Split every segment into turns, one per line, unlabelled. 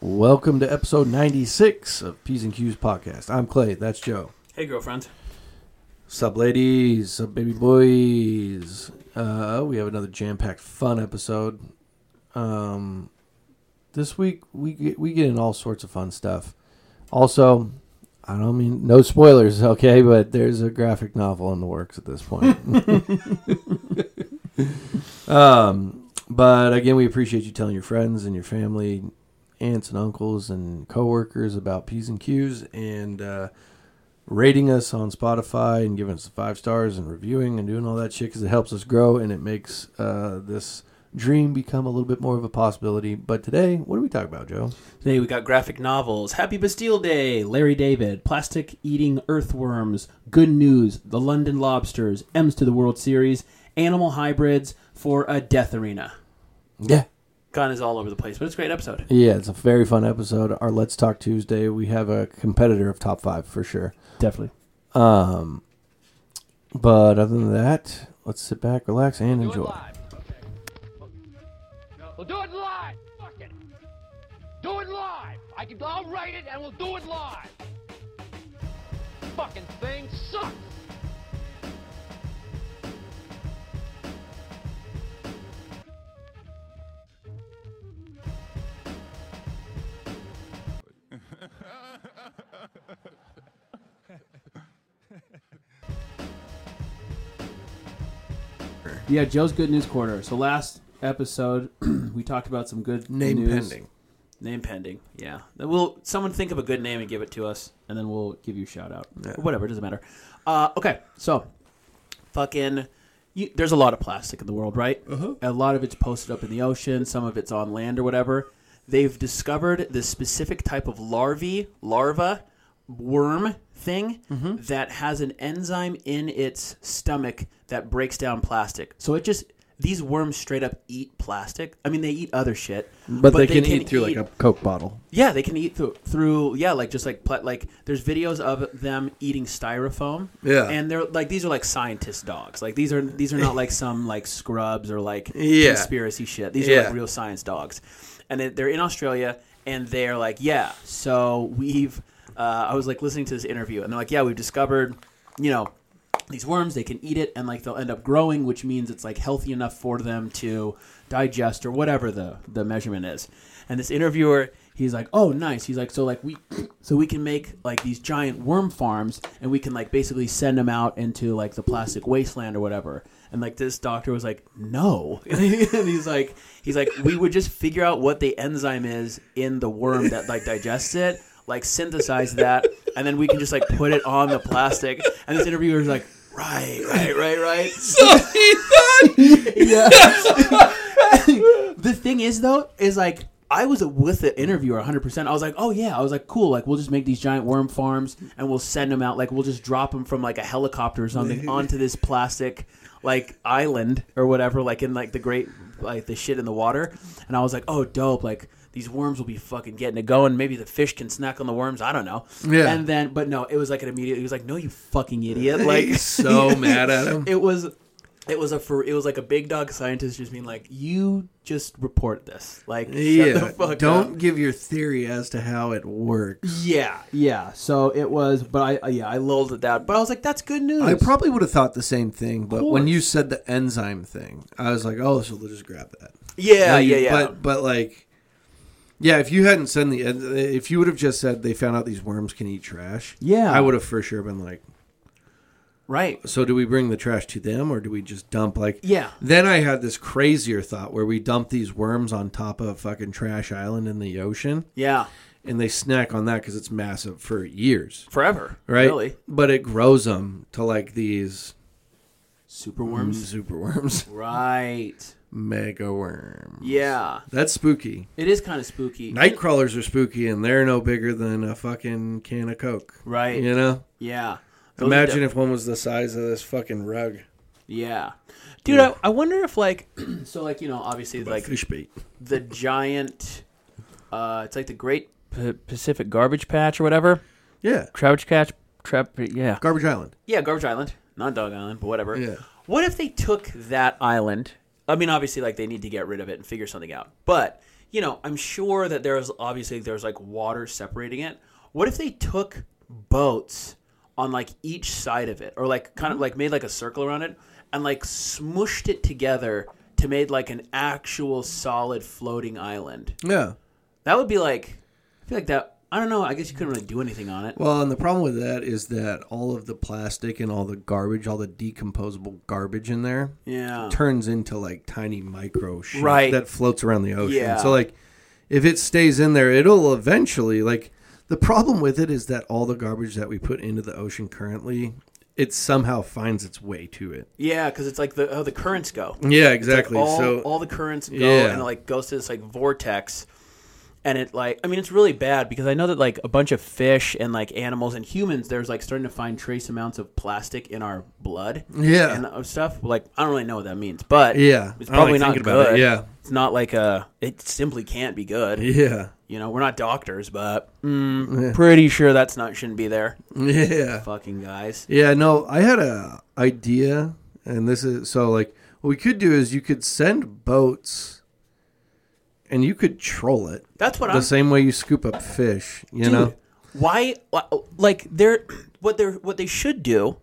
Welcome to episode 96 of P's and Q's podcast. I'm Clay. That's Joe.
Hey, girlfriend.
Sup, ladies. Sup, baby boys. Uh, we have another jam-packed, fun episode. Um, this week we get, we get in all sorts of fun stuff. Also, I don't mean no spoilers, okay? But there's a graphic novel in the works at this point. um, but again, we appreciate you telling your friends and your family, aunts and uncles and coworkers about P's and Q's and. Uh, rating us on Spotify and giving us the five stars and reviewing and doing all that shit because it helps us grow and it makes uh, this dream become a little bit more of a possibility. But today, what do we talk about, Joe?
Today we got graphic novels, Happy Bastille Day, Larry David, Plastic Eating Earthworms, Good News, The London Lobsters, M's to the World Series, Animal Hybrids for a Death Arena.
Yeah.
Gun is all over the place, but it's a great episode.
Yeah, it's a very fun episode. Our Let's Talk Tuesday, we have a competitor of top five for sure.
Definitely.
Um, but other than that, let's sit back, relax, and
Do it
enjoy.
live. We'll do it live. Fuck it. Do it live. I can. I'll write it, and we'll do it live. Fucking thing sucks.
Yeah, Joe's Good News Corner. So last episode we talked about some good
Name
news.
pending.
Name pending. Yeah. Then We'll someone think of a good name and give it to us, and then we'll give you a shout out. Whatever, it doesn't matter. Uh, okay, so fucking. You, there's a lot of plastic in the world, right?
Uh-huh.
A lot of it's posted up in the ocean. Some of it's on land or whatever. They've discovered this specific type of larvae, larva, worm thing
Mm-hmm.
that has an enzyme in its stomach that breaks down plastic. So it just these worms straight up eat plastic. I mean, they eat other shit,
But, they, can, eat through
eat-
like a Coke bottle.
yeah, they can eat through, through yeah, like just like pla- like there's videos of them eating styrofoam.
Yeah.
and they're like these are like scientist dogs. Like these are these are not like some like scrubs or like
Yeah.
conspiracy shit. These are
Yeah.
like real science dogs, and they- they're in Australia and they're like yeah. So we've uh, I was like listening to this interview and they're like yeah we've discovered you know these worms they can eat it and like they'll end up growing which means it's like healthy enough for them to digest or whatever the the measurement is and this interviewer he's like oh nice he's like so like we so we can make like these giant worm farms and we can like basically send them out into like the plastic wasteland or whatever and like this doctor was like no and he's like he's like we would just figure out what the enzyme is in the worm that like digests it like synthesize that and then we can just like put it on the plastic and this interviewer is like right right right right yeah the thing is though is like i was with the interviewer 100% i was like oh yeah i was like cool like we'll just make these giant worm farms and we'll send them out like we'll just drop them from like a helicopter or something onto this plastic like island or whatever like in like the great like the shit in the water and i was like oh dope like these worms will be fucking getting it going. Maybe the fish can snack on the worms. I don't know.
Yeah.
And then, but no, it was like an immediate. He was like, "No, you fucking idiot!" Like
so mad at him.
it was it was a for it was like a big dog scientist just being like you just report this like yeah, shut the fuck
don't
up.
give your theory as to how it works.
yeah yeah so it was but i yeah i lulled it down but i was like that's good news
I probably would have thought the same thing, but when you said the enzyme thing, I was like, oh, so they'll just grab that.
yeah
And you-
yeah yeah
But but like, yeah, if you hadn't said the en- if you would have just said they found out these worms can eat trash,
Yeah.
I would have for sure been like,
right
so do we bring the trash to them or do we just dump like?
Yeah.
Then I had this crazier thought where we dump these worms on top of fucking trash island in the ocean,
yeah
and they snack on that because it's massive for years,
forever
right?
really
But it grows them to like these
super worms
super worms,
right
mega worm.
yeah
That's spooky.
it is kind of spooky
Night crawlers are spooky, and they're no bigger than a fucking can of Coke.
Right.
You know?
yeah Those are
Imagine
def-
if one was the size of this fucking rug.
yeah dude I, I wonder if like so like you know obviously like
fish bait.
the giant uh it's like the great P- pacific garbage patch or whatever
Yeah.
crouch catch trap yeah
Garbage Island.
yeah garbage island not dog island but whatever
Yeah.
what if they took that island i mean obviously like they need to get rid of it and figure something out but you know, I'm sure that there's obviously there's like water separating it. What if they took boats on like each side of it, or like kind of like made like a circle around it, and like smooshed it together to made like an actual solid floating island?
Yeah.
That would be like, I feel like that. I don't know. I guess you couldn't really do anything on it.
Well, and the problem with that is that all of the plastic and all the garbage, all the decomposable garbage in there,
Yeah.
turns into like tiny micro shit
Right.
that floats around the ocean.
Yeah.
So like, if it stays in there, it'll eventually like. The problem with it is that all the garbage that we put into the ocean currently, it somehow finds its way to it.
Yeah, because it's like the how the currents go.
Yeah, exactly.
All,
so
all the currents go
Yeah.
and it like goes to this like vortex, and it like I mean it's really bad because I know that like a bunch of fish and like animals and humans there's like starting to find trace amounts of plastic in our blood.
Yeah.
and of stuff. Like I don't really know what that means, but
Yeah,
it's
I don't
probably
like
not good.
thinking about it, yeah.
it's not like a. It simply can't be good.
yeah,
You know, we're not doctors, but mm, pretty sure that's not shouldn't be there.
yeah.
Fucking guys.
Yeah, no, I had a idea, and this is so like what we could do is you could send boats, and you could troll it
That's what
the
I'm
same way you scoop up fish. You
Dude,
know,
why like they're what they're what they should do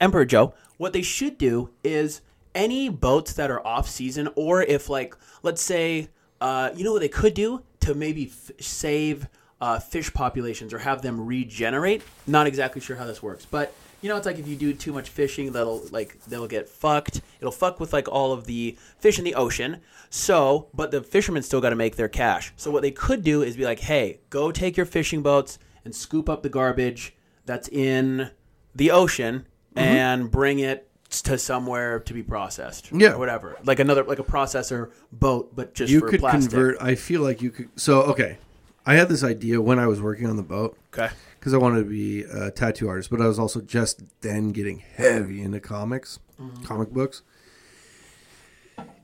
emperor joe what they should do is any boats that are off season or if like let's say uh, you know what they could do to maybe f- save uh, fish populations or have them regenerate not exactly sure how this works but you know it's like if you do too much fishing that'll like they'll get fucked it'll fuck with like all of the fish in the ocean so but the fishermen still got to make their cash so what they could do is be like hey go take your fishing boats and scoop up the garbage that's in the ocean
Mm-hmm.
and bring it to somewhere to be processed
Yeah.
or whatever like another like a processor boat but just
you
for
could
plastic
convert. I feel like you could. So okay, I had this idea when I was working on the boat.
okay
because I wanted to be a tattoo artist, but I was also just then getting heavy into comics, comic books.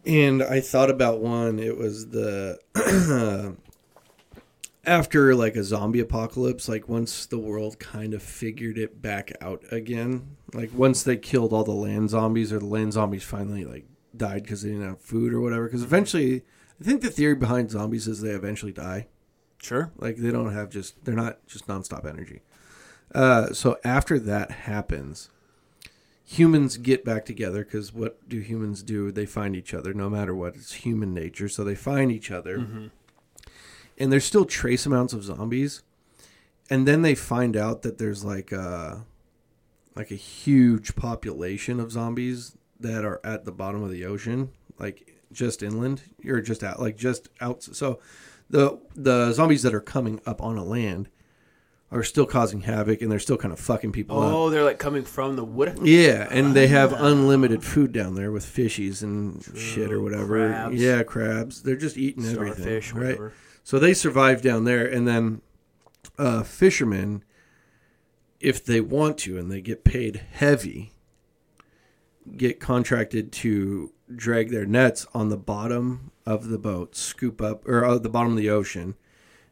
And I thought about one. It was the after like a zombie apocalypse, like once the world kind of figured it back out again, like once they killed all the land zombies or the land zombies finally like died because they didn't have food or whatever. Because eventually, I think the theory behind zombies is they eventually die.
sure
Like they don't have just they're not just nonstop energy. Uh, so after that happens, humans get back together because what do humans do? They find each other no matter what. It's human nature, so they find each other, and there's still trace amounts of zombies. And then they find out that there's like a like a huge population of zombies that are at the bottom of the ocean, like just inland or just out, like just out. So the the zombies that are coming up on a land are still causing havoc, and they're still kind of fucking people up.
oh they're like coming from the wood
Yeah, and they have unlimited food down there with fishies and shit or whatever.
crabs.
Yeah, crabs. They're just eating everything,
Starfish,
right?
whatever.
So they survive down there, and then uh, fishermen, if they want to, and they get paid heavy, get contracted to drag their nets on the bottom of the boat, scoop up or uh, the bottom of the ocean,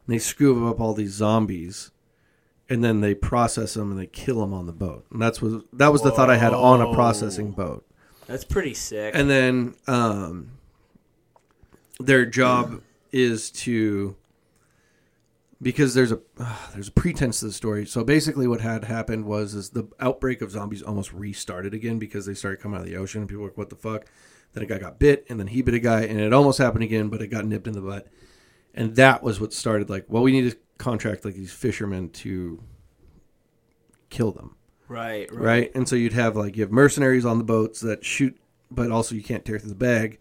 and they scoop up all these zombies and then they process them and they kill them on the boat. And that's what that was the thought I had on a processing boat.
that's pretty sick
And then um, their job is to because there's a uh, there's a pretense to the story. So basically, what had happened was is the outbreak of zombies almost restarted again because they started coming out of the ocean and people were like, "What the fuck?" Then a guy got bit, and then he bit a guy, and it almost happened again, but it got nipped in the butt. And that was what started like, well, we need to contract like these fishermen to kill them
right right,
right? And so you'd have like you have mercenaries on the boats that shoot, but also you can't tear through the bag,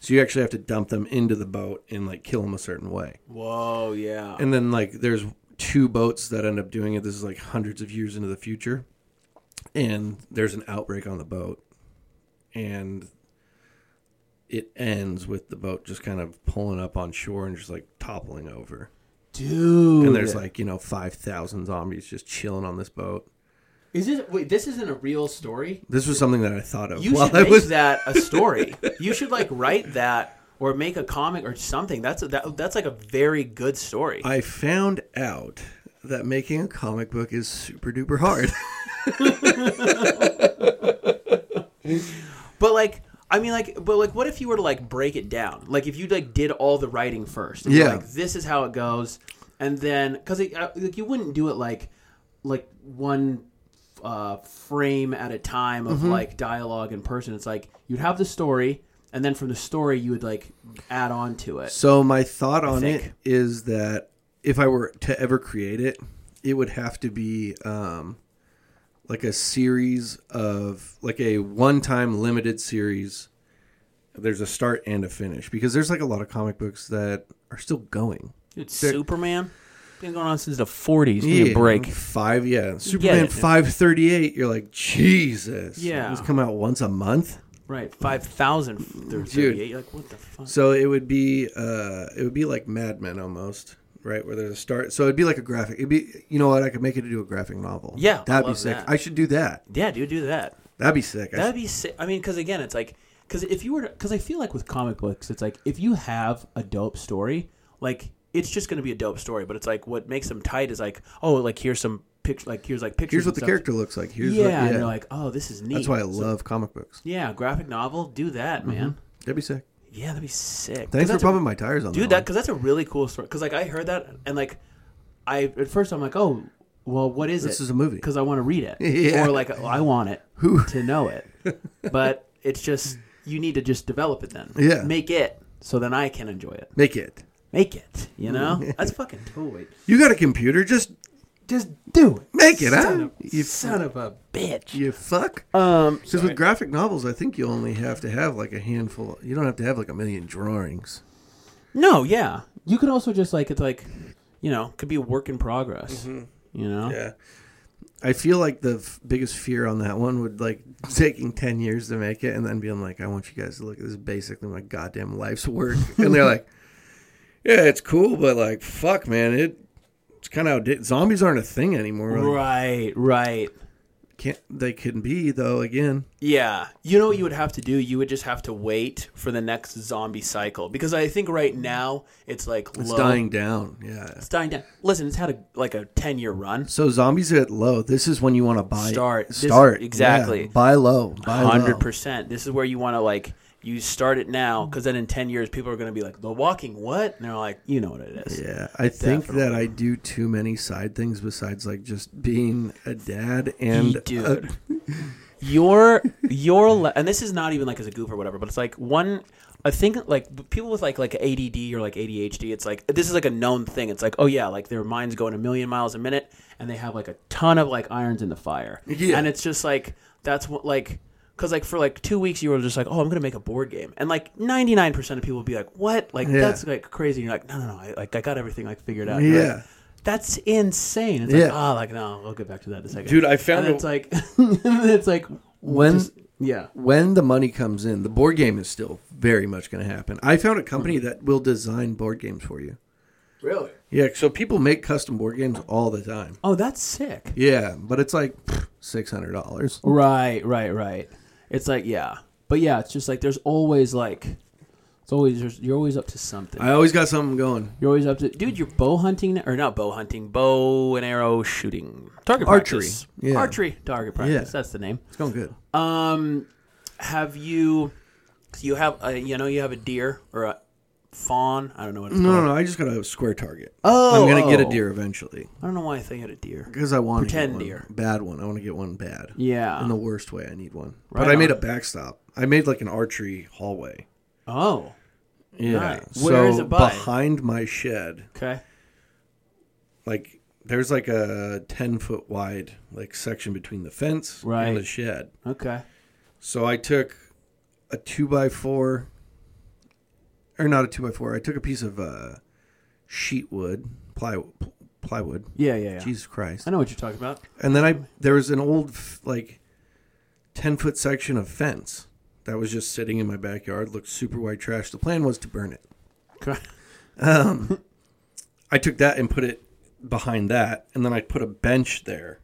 so you actually have to dump them into the boat and like kill them a certain way.
whoa yeah
And then like there's two boats that end up doing it. This is like hundreds of years into the future, and there's an outbreak on the boat, and it ends with the boat just kind of pulling up on shore and just like toppling over.
dude
And there's like you know five thousand zombies just chilling on this boat.
is this wait this isn't a real story
This was something that I thought of
You
while
should
I
make
was
that a story. you should like write that or make a comic or something. That's a, that, that's like a very good story.
I found out that making a comic book is super duper hard.
but like I mean, like, but like, what if you were to like break it down? Like, if you like did all the writing first, and you're
Yeah.
Like, this is how it goes, and then because like you wouldn't do it like like one uh, frame at a time
Mm-hmm.
of like dialogue in person. It's like you'd have the story, and then from the story you would like add on to it.
So my thought on
think.
it is that if I were to ever create it, it would have to be um, like a series of like a one-time limited series. There's a start and a finish because there's like a lot of comic books that are still going.
Dude, Superman been going on since the forties.
Yeah, five. Yeah, Superman
it.
five thirty eight. You're like Jesus.
Yeah.
it's come out once a month.
Right, five thousand thirty-eight. You're like, what the fuck?
So it would be uh it would be like Mad Men almost, right? Where there's a start. So it'd be like a graphic. It'd be you know what? I could make it into a graphic novel.
Yeah, I
that'd be
love
sick.
that.
I should do that.
Yeah, dude, do that.
That'd be sick. I
That'd be sick. I mean, because again, it's like because if you were because I feel like with comic books, it's like if you have a dope story, like it's just gonna be a dope story. But it's like what makes them tight is like oh, like here's some picture, like here's like pictures.
here's what
and
the
stuff.
character looks like. Here's
yeah,
what,
and you're like, oh, this is neat.
that's why I
So-
love comic books.
yeah, graphic novel, do that, man.
That'd be sick.
Yeah, that'd be sick. 'Cause
Thanks for
that's a-
pumping my tires on
dude that
That
because that's a really cool story because like i heard that and like i at first i'm like oh well what is
This is a movie.
because i want to read it
Yeah.
or like i want it to know it but it's just you need to just develop it then
Yeah.
make it so then i can enjoy it
Make it.
make it you know that's fucking toy
You got a computer? Just
just do it
make it,
son
huh?
of,
You
son of a bitch
you fuck.
um
Because with graphic novels, I think you only have to have like a handful. You don't have to have like a million drawings.
no yeah you could also just like it's like you know could be a work in progress you know
Mm-hmm. Yeah. I feel like the f- biggest fear on that one would like taking 10 years to make it and then being like, I want you guys to look at this is basically my goddamn life's work. and they're like, yeah, it's cool, but like, fuck, man, it, it's kind of outdated. Zombies aren't a thing anymore. Like,
right right
Can't, they can be, though, again.
Yeah. You know what you would have to do? You would just have to wait for the next zombie cycle because I think right now it's like
It's
low.
dying down. Yeah.
It's dying down. Listen, it's had a like a 10-year run.
So zombies are at low. This is when you want to buy.
Start. This-
Start.
exactly.
Yeah. Buy low. Buy 100%.
100%. This is where you want to like you start it now cuz then in 10 years people are going to be like, "The Walking what?" And they're like, "You know what it is."
Yeah, I think
Definitely.
that I do too many side things besides like just being a dad and uh,
Dude.
a-
your your le- and this is not even like as a goof or whatever, but it's like one. I think like people with like like ADD or like ADHD, it's like this is like a known thing. It's like oh yeah, like their minds going a million miles a minute, and they have like a ton of like irons in the fire.
Yeah.
and it's just like that's what like because like for like two weeks you were just like oh I'm gonna make a board game, and like 99 percent of people would be like what like
Yeah.
that's like crazy. And you're like no no no I, like I got everything like figured out. And you're
Yeah.
like, that's insane. It's like
Yeah.
oh like no we'll get back to that in a second.
Dude, I found
and
a-
it's like it's like
when
yeah.
when the money comes in, the board game is still very much going to happen. I found a company that will design board games for you.
Hmm. Really?
Yeah, so people make custom board games all the time.
Oh, that's sick.
Yeah, but it's like six hundred dollars.
Right, right, right. It's like yeah, but yeah, it's just like there's always like it's always there's, you're always up to something.
I always got something going.
you're always up to dude. You're bow hunting or not bow hunting, bow and arrow shooting, target
Archery.
practice.
Yeah.
archery, target practice.
Yeah.
That's the name.
It's going good.
Um, have you? so You have a, you know you have a deer or a fawn. I don't know what it's
No,
called.
no, no. I just got a square target.
Oh,
I'm gonna get a
oh.
deer eventually
I don't know why I think you had a deer.
because I want to
Pretend
get one.
deer.
bad one. I want to get one bad.
Yeah.
in the worst way. I need one.
Right
but I made
on.
a backstop. I made like an archery hallway.
Oh,
Yeah.
Nice.
So
Where is it by?
behind my shed,
okay.
like there's like a 10 foot wide like section between the fence
Right.
and the shed
Okay.
so i took a 2 by 4 or not a 2 by 4 i took a piece of uh, sheet wood plywood plywood
Yeah, yeah, yeah.
jesus christ
I know what you're talking about.
and then i there was an old f- like 10 foot section of fence that was just sitting in my backyard looked super white trash the plan was to burn it
Okay.
I took that and put it behind that, and then I put a bench there,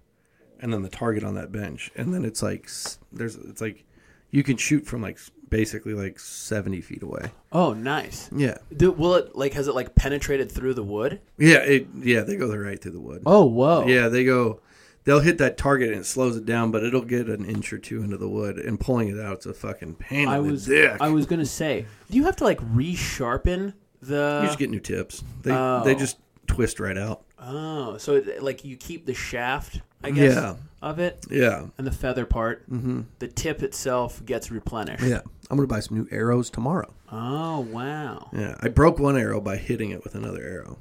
and then the target on that bench, and then it's like s- there's it's like you can shoot from like s- basically like seventy feet away.
Oh, nice.
Yeah,
Do, will it like has it like penetrated through the wood?
yeah, it, yeah. They go right through the wood.
Oh, whoa.
yeah, they go. they'll hit that target and it slows it down, but it'll get an inch or two into the wood. And pulling it out, it's a fucking pain.
I
in
was
the dick.
I was gonna say, do you have to like resharpen the?
you just get new tips. They
Uh, Oh.
they just twist right out.
oh, so it, like you keep the shaft, I guess,
Yeah.
of it,
Yeah,
and the feather part. Mm-hmm. The tip itself gets replenished.
yeah. I'm gonna buy some new arrows tomorrow.
Oh wow!
Yeah, I broke one arrow by hitting it with another arrow.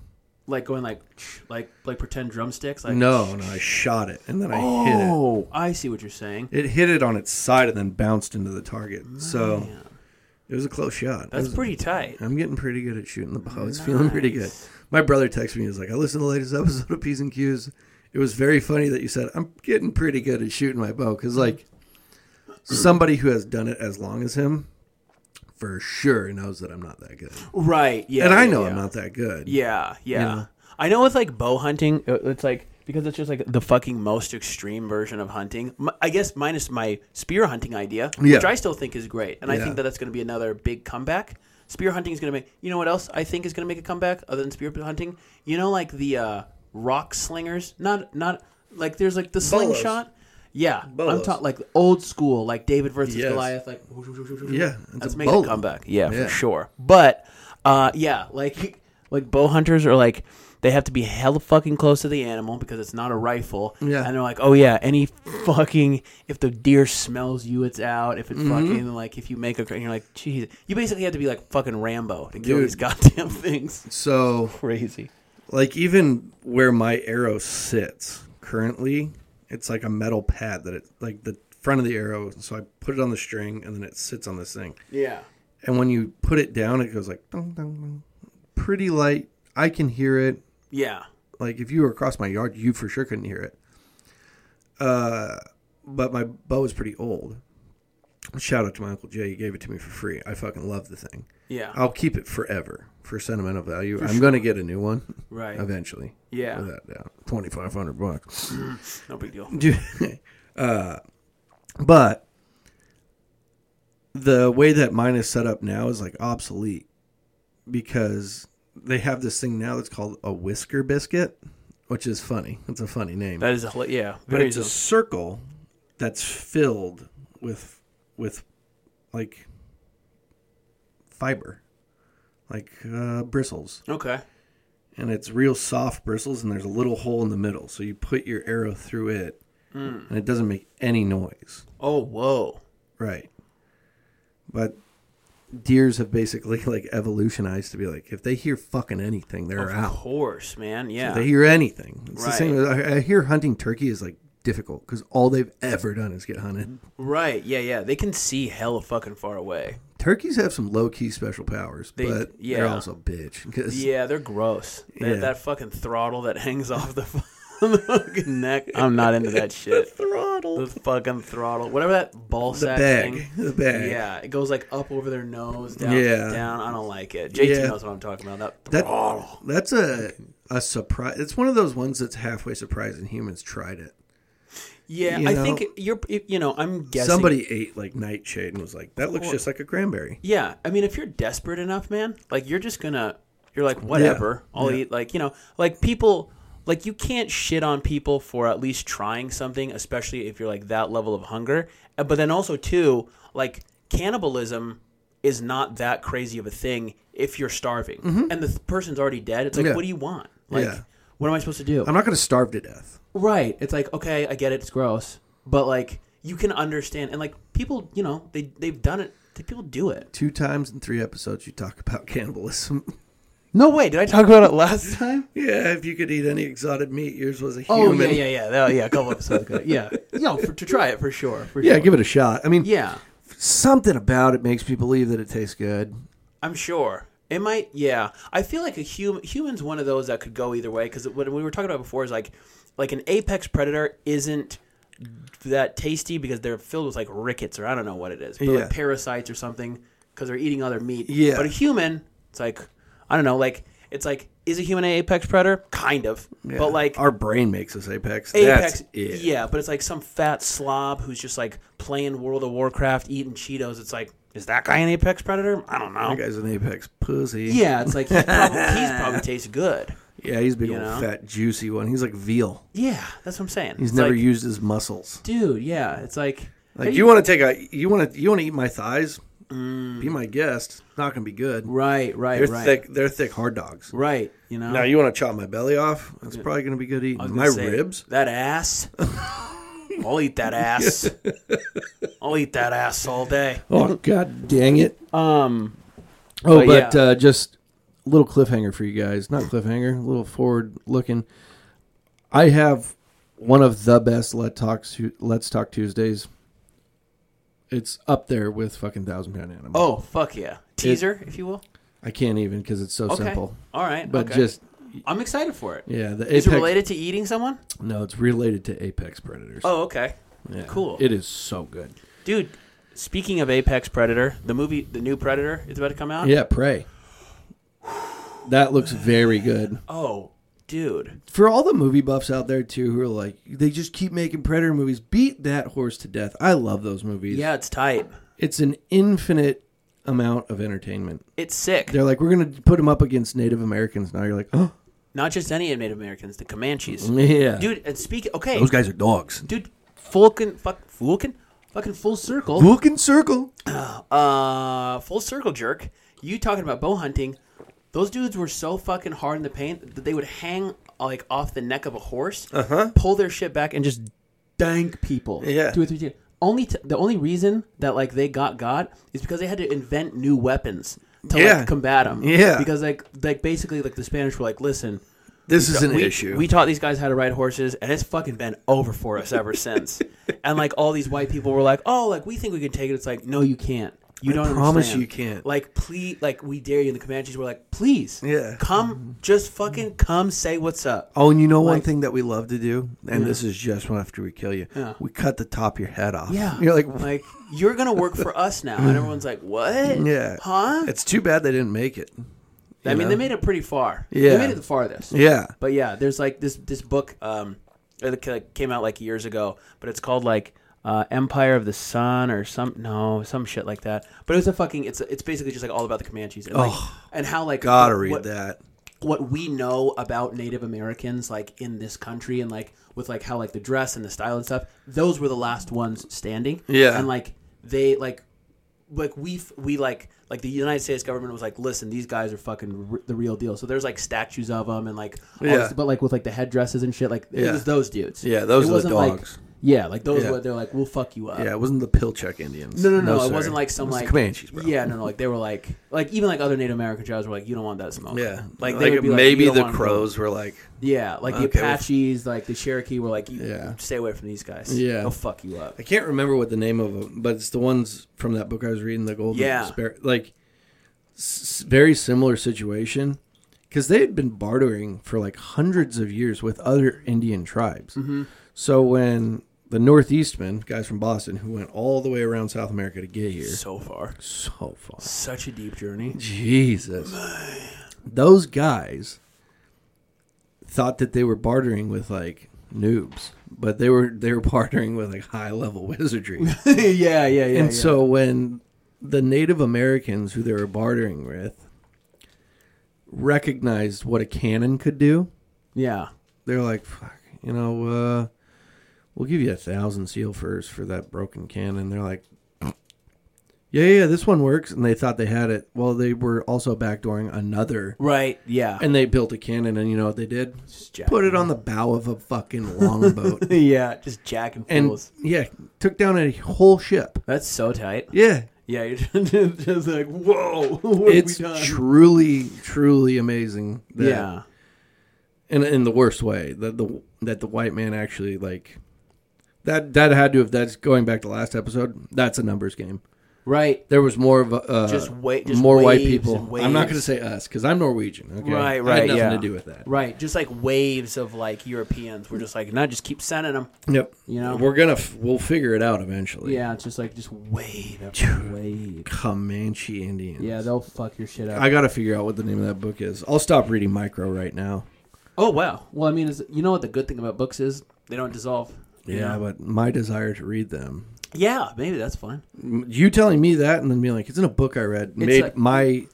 Like going like like like pretend drumsticks. Like
No, no, I shot it and then I hit it.
Oh, I see what you're saying.
It hit it on its side and then bounced into the target. So it was a close shot. It
That's
was-
pretty tight.
I'm getting pretty good at shooting the bow. It's feeling pretty good. My brother texted me. He was like, I listened to the latest episode of P's and Q's. It was very funny that you said, I'm getting pretty good at shooting my bow. Because, like, somebody who has done it as long as him for sure knows that I'm not that good.
Right. Yeah.
And I
yeah,
know
yeah.
I'm not that good.
Yeah, yeah.
know?
I know with like bow hunting, it- it's like because it's just like the fucking most extreme version of hunting. M- I guess minus my spear hunting idea, which
Yeah.
I still think is great, and I
Yeah.
think that that's going to be another big comeback. Spear hunting is going to make. You know what else I think is going to make a comeback other than spear hunting? You know, like the uh, rock slingers. Not not like there's like the slingshot. Yeah, I'm
Bolos.
talking like old school, like David versus
Yes.
Goliath, like
Yeah, it's
Let's
a
make a
bolo.
comeback. Yeah,
Yeah.
for sure. But uh, yeah, like like bow hunters are like they have to be hella fucking close to the animal because it's not a rifle.
Yeah.
And they're like, oh yeah, any fucking if the deer smells you, it's out. If it
Mm-hmm.
fucking like if you make a and you're like, jeez, you basically have to be like fucking Rambo to kill
Dude.
these goddamn things.
So,
Crazy.
like, even where my arrow sits currently, it's like a metal pad that it, like, the front of the arrow. So I put it on the string and then it sits on this thing.
Yeah.
and when you put it down, it goes like dong, dong, dong. pretty light. I can hear it.
Yeah.
Like if you were across my yard, you for sure couldn't hear it. Uh, but my bow is pretty old. Shout out to my uncle Jay. He gave it to me for free. I fucking love the thing.
Yeah.
I'll keep it forever for sentimental value. I'm gonna get a new one,
Right.
Eventually.
Yeah.
Without doubt. Twenty five hundred bucks.
No big deal.
Dude, uh, but the way that mine is set up now is like obsolete because they have this thing now that's called a whisker biscuit, which is funny. It's a funny name,
That is a hel- yeah.
but
Very
it's a
easy.
circle that's filled with with like fiber, like uh, bristles
okay.
and it's real soft bristles and there's a little hole in the middle so you put your arrow through it
Hmm.
and it doesn't make any noise
Oh whoa.
right but deers have basically like evolutionized to be like if they hear fucking anything they're
Of
out
course, man. Yeah.
If they hear anything it's the
Right.
same I, I hear hunting turkey is like difficult because all they've ever done is get hunted
Mm-hmm. Right. Yeah. Yeah. They can see hella fucking far away.
turkeys have some low-key special powers
They-
but they're
yeah.
also bitch 'cause-
Yeah, they're gross. That,
Yeah.
that fucking throttle that hangs off the, the fucking neck. I'm not into that shit.
throttle
The fucking throttle, whatever that ball
the
sack
bag
thing.
the bag
Yeah, it goes like up over their nose, down,
Yeah.
down. I don't like it. JT
Yeah.
knows what I'm talking about. That,
That
throttle.
that's a a surprise. It's one of those ones that's halfway surprised, and humans tried it.
yeah,
you
I
know-
think you're. You know, I'm guessing
Somebody ate like nightshade and was like, "That looks just like a cranberry."
Yeah, I mean, if you're desperate enough, man, like you're just gonna, you're like, whatever, I'll
yeah.
eat. Like you know, like people, like you can't shit on people for at least trying something, especially if you're like that level of hunger. Uh, But then also too, like cannibalism is not that crazy of a thing if you're starving and the th- person's already dead. It's like,
Mm-hmm. Yeah.
what do you want? Like,
Yeah.
what am I supposed to do?
I'm not going to starve to death.
Right. It's like, okay, I get it, it's gross. But like you can understand and like people, you know, they they've done it. People do it.
Two times in three episodes, you talk about cannibalism.
No way. Did I talk about it last time?
yeah, if you could eat any exotic meat, yours was a
Oh
human.
yeah, yeah, yeah, That- yeah. A couple episodes ago. Yeah, no, for, to try it for sure. For
Yeah,
sure.
give it a shot. I mean,
yeah.
something about it makes me believe that it tastes good.
I'm sure it might. Yeah, I feel like a human. Humans one of those that could go either way because what we were talking about before is like, like an apex predator isn't that tasty because they're filled with like rickets or I don't know what it is, but
Yeah.
like parasites or something because they're eating other meat.
Yeah.
but a human, it's like I don't know, like. It's like, is a human an apex predator? Kind of,
Yeah.
but like
our brain makes us apex.
Apex,
That's it.
yeah, but it's like some fat slob who's just like playing World of Warcraft, eating Cheetos. It's like, is that guy an apex predator? I don't know.
that guy's an apex pussy.
Yeah, it's like he's probably, he's probably tastes good.
Yeah, he's a big
You
old
know?
fat juicy one. He's like veal.
Yeah, that's what I'm saying.
He's
It's
never
like,
used his muscles.
dude. Yeah, it's like
Like
Hey,
you want to take a you want to you want to eat my thighs? Be my guest. Not gonna be good.
Mm. right, right,
They're
right,
thick. They're thick hard dogs.
right. You know,
Now you want to chop my belly off? That's probably gonna be good
I was
eating.
gonna
My
say,
ribs.
that ass. I'll eat that ass. I'll eat that ass all day.
Oh god, dang it!
Um,
Oh,
But
but
yeah.
uh, just a little cliffhanger for you guys. Not cliffhanger, a little forward looking. I have one of the best Let Talk Tu- Let's Talk Tuesdays. It's up there with fucking Thousand Pound Animal.
oh fuck yeah, teaser, if you will.
I can't even because it's so
Okay,
simple.
all right,
But
okay.
just
I'm excited for it. Is
yeah, the
it
Apex.
related to eating someone?
No, it's related to Apex Predators.
Oh, okay,
Yeah.
cool.
It is so good.
dude. Speaking of Apex Predator, the movie, the new Predator, is about to come out.
Yeah, Prey. That looks very good.
Oh, dude.
for all the movie buffs out there too who are like they just keep making predator movies beat that horse to death i love those movies
Yeah, it's tight.
it's an infinite amount of entertainment
It's sick.
they're like we're gonna put him up against native americans now you're like oh
Not just any Native Americans, the Comanches.
yeah
Dude, and speak. Okay,
Mm-hmm. those guys are dogs
dude, Fulkin, fuck, Fulkin, fucking full circle.
Vulcan circle
Uh, full circle jerk. You talking about bow hunting? Those dudes were so fucking hard in the paint that they would hang like off the neck of a horse, uh-huh. pull their shit back, and just dank people.
Yeah.
two or three. times. Only t- the only reason that like they got got is because they had to invent new weapons to
Yeah.
like combat them.
Yeah.
because like like basically like the Spanish were like, listen,
this is an
we,
issue
We taught these guys how to ride horses, and it's fucking been over for us ever since. and like all these white people were like, "Oh, like we think we can take it." It's like, no, you can't. You don't
promise
understand.
you can't.
Like, please, like we dare you. And the Comanches were like, "Please,
Yeah. Mm-hmm.
come, just fucking come, say what's up."
oh and you know one
Like-
thing that we love to do and this is just after we kill you we cut the top of your head off
Yeah,
you're like
like you're gonna work for us now, and everyone's like, "What?
yeah
huh?"
it's too bad they didn't make it
I mean,
know?
they made it pretty far.
Yeah.
they made it the farthest.
yeah
But yeah, there's like this this book um that ca- came out like years ago, but it's called like uh, Empire of the Sun or some no some shit like that. But it was a fucking it's it's basically just like all about the Comanches and like, and how like
gotta read
what,
that
what we know about Native Americans like in this country and like with like how like the dress and the style and stuff. Those were the last ones standing.
Yeah.
and like they like like we f- we like like the United States government was like, listen, these guys are fucking r- the real deal. So there's like statues of them and like all
Yeah.
this- but like with like the headdresses and shit. Like
Yeah.
it was those dudes.
Yeah, those
it
are the
wasn't, like-
dogs.
yeah, like those.
Yeah.
Were, they're like, we'll fuck you up.
Yeah, it wasn't the Pilchuck Indians.
uh, No, no, no. it
sir.
wasn't like
It
some
was the
like
Comanches, bro.
Yeah, no, no. Like they were like, like even like other Native American tribes were like, you don't want that smoke.
yeah.
like,
Like,
they would be like,
maybe
"You don't
the
want to go."
Crows were like,
Yeah, like the
Okay, well-
Apaches, like the Cherokee were like, you,
Yeah.
stay away from these guys.
Yeah.
they'll fuck you up.
I can't remember what the name of them, but it's the ones from that book I was reading, the Golden
Yeah.
Spare, like s- very similar situation because they had been bartering for like hundreds of years with other Indian tribes. So when the Northeastmen, guys from Boston, who went all the way around South America to get here,
So far,
so far.
such a deep journey.
Jesus. Those guys thought that they were bartering with like noobs, but they were they were bartering with like high level wizardry.
yeah, yeah, yeah.
and so when the Native Americans who they were bartering with recognized what a cannon could do,
yeah,
they're like, fuck, you know, uh, we'll give you a thousand seal furs for that broken cannon. They're like, yeah, yeah, this one works. And they thought they had it. Well, they were also backdooring another.
right, yeah,
And they built a cannon, and you know what they did?
Just jack-
Put it on the bow of a fucking longboat.
yeah, just jacking
and
fools.
yeah, took down a whole ship.
That's so tight.
Yeah.
Yeah, you're just, just like, whoa, what
It's
have we done?
truly, truly amazing. that-
Yeah,
in in the worst way that the that the white man actually like that that had to have that's going back to last episode that's a numbers game
right,
there was more of a, uh,
Just wa- just
more white
waves
people
and
i'm not going to say
waves.
us because i'm norwegian okay
Right,
I had
right,
nothing
yeah.
to do with that
right. Just like waves of like Europeans. We're just like, no, just keep sending them.
yep
You know?
we're gonna f- we'll figure it out eventually
Yeah, it's just like just wave after wave.
comanche indians
Yeah, they'll fuck your shit up.
i gotta figure out what the name of that book is i'll stop reading micro right now
Oh wow. Well, I mean, is, you know what the good thing about books is? They don't dissolve. you
yeah
know?
but my desire to read them
yeah, maybe that's fine.
you telling me that and then being like it's in a book i read made
like-
my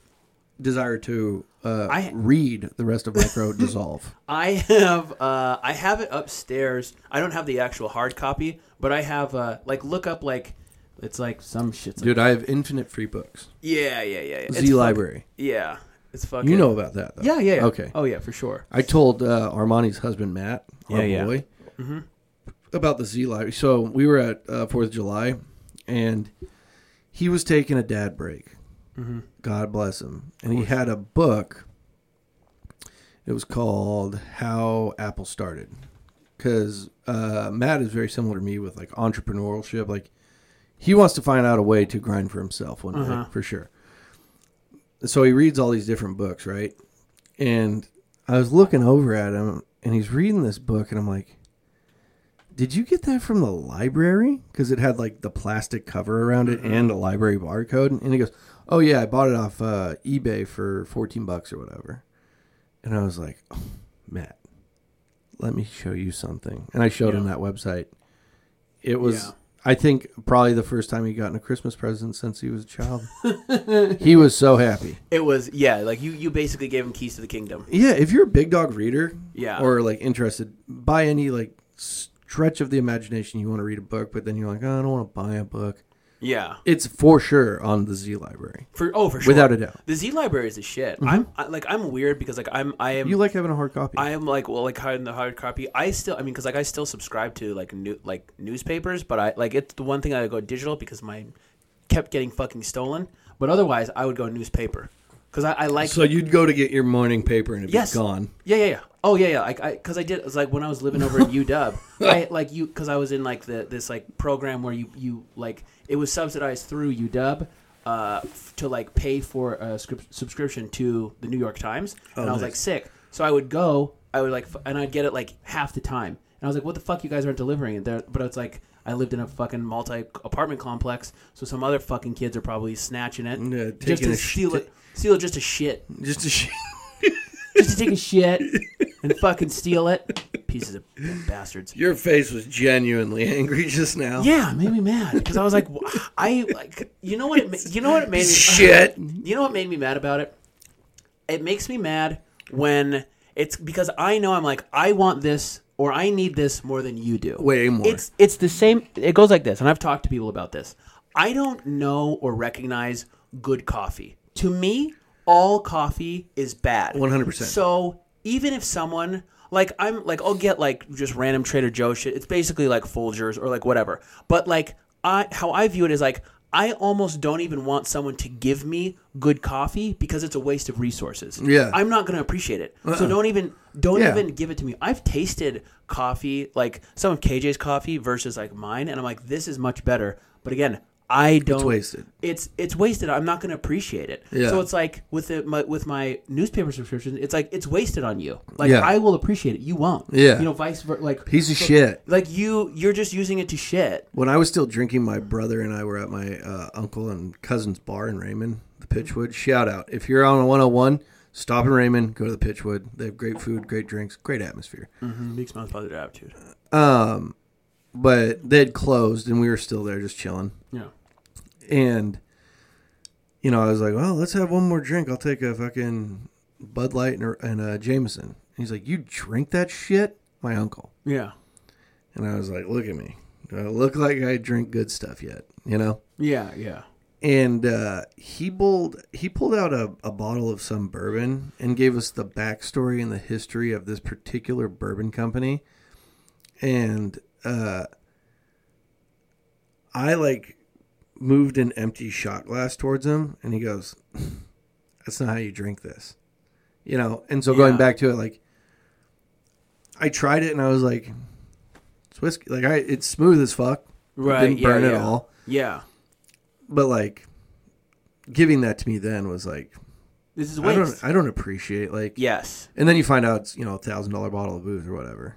desire to uh,
I-
read the rest of Micro Dissolve.
I have uh, I have it upstairs. I don't have the actual hard copy, but I have uh, like look up like it's like some shit's like,
Dude, I have infinite free books.
yeah yeah yeah, yeah. It's
Z
fuck-
Library.
yeah it's fucking
You know about that, though.
yeah yeah, yeah.
Okay.
oh yeah for sure
I told uh, Armani's husband Matt, our
Yeah, yeah.
boy, about the Z library. So we were at uh, Fourth of July, and he was taking a dad break. God bless him. And he had a book. It was called "How Apple Started," because uh, Matt is very similar to me with like entrepreneurship. Like he wants to find out a way to grind for himself one day for sure. So he reads all these different books, right? and I was looking over at him, and he's reading this book, and I'm like, "Did you get that from the library? Because it had like the plastic cover around it and a library barcode." And he goes, "Oh yeah, I bought it off uh, eBay for 14 bucks or whatever." And I was like, oh, "Matt, let me show you something." And I showed him
Yeah.
that website. It was.
Yeah.
I think probably the first time he gotten a Christmas present since he was a child. he was so happy.
it was yeah like you you basically gave him keys to the kingdom
Yeah, if you're a big dog reader,
Yeah.
or like interested by any like stretch of the imagination, you want to read a book, but then you're like, oh, I don't want to buy a book.
yeah
It's for sure on the Z library,
for oh for sure
without a doubt. Mm-hmm.
the Z library is the shit I'm I, like I'm weird because like I'm I am
You like having a hard copy?
I am like well like hiding the hard copy. I still I mean because like I still subscribe to like new like newspapers, but I like it's the one thing I go digital because mine kept getting fucking stolen. But otherwise, I would go newspaper because I, I like
so you'd go to get your morning paper and it'd
yes
be gone.
yeah yeah yeah oh yeah yeah like I because I did it was like when I was living over in UW I like you because I was in like the this like program where you you like it was subsidized through UW. Uh, f- to like pay for a scrip- subscription to the New York Times, and I was
Oh, nice.
like sick. So I would go, I would like, f- and I'd get it like half the time. And I was like, what the fuck, you guys aren't delivering it there? But it's like, I lived in a fucking multi apartment complex, so some other fucking kids are probably snatching it
Yeah,
just
taking
to
a
steal
shit.
it, steal it just to shit,
Just a sh-
just to take a shit and fucking steal it. Pieces of bastards.
your face was genuinely angry just now.
Yeah, it made me mad because I was like, wh- I like, you know what? It, ma- you know what it made me
Shit.
You know what made me mad about it? It makes me mad when it's because I know I'm like I want this or I need this more than you do.
Way more.
It's it's the same. It goes like this, and I've talked to people about this. I don't know or recognize good coffee. To me, all coffee is bad.
100%.
So even if someone like I'm like I'll get like just random Trader Joe shit. It's basically like Folgers or like whatever. But like I how I view it is like I almost don't even want someone to give me good coffee because it's a waste of resources.
Yeah. Uh-uh.
I'm not going to appreciate it. So don't even don't
Yeah.
even give it to me. I've tasted coffee like some of KJ's coffee versus like mine and I'm like this is much better. But again, I don't
wasted.
It's it's wasted. I'm not going to appreciate it.
Yeah.
So it's like with the my, with my newspaper subscription, it's like it's wasted on you. Like
Yeah.
I will appreciate it, you won't.
Yeah.
you know, vice versa. Like
Piece of shit.
Like you, you're just using it to shit.
When I was still drinking, my brother and I were at my uh, uncle and cousin's bar in Raymond, the Pitchwood. Shout out. If you're on a 101, stop in Raymond, go to the Pitchwood. They have great food, great drinks, great atmosphere.
Mm-hmm. Makes my positive attitude.
But they had closed and we were still there just chilling.
Yeah.
And, you know, I was like, well, let's have one more drink. I'll take a fucking Bud Light and a, and a Jameson. And he's like, you drink that shit? My uncle.
Yeah.
And I was like, look at me. Do I look like I drink good stuff yet? You know?
Yeah. Yeah.
and uh, he pulled he pulled out a, a bottle of some bourbon and gave us the backstory and the history of this particular bourbon company and uh, i like moved an empty shot glass towards him and he goes that's not how you drink this you know and so going
Yeah.
back to it like i tried it and i was like it's whiskey like i it's smooth as fuck It
Right.
didn't
yeah,
burn
yeah.
at all
Yeah.
but like giving that to me then was like
This is
I
waste.
don't I don't appreciate like
yes.
and then you find out it's you know a thousand dollar bottle of booze or whatever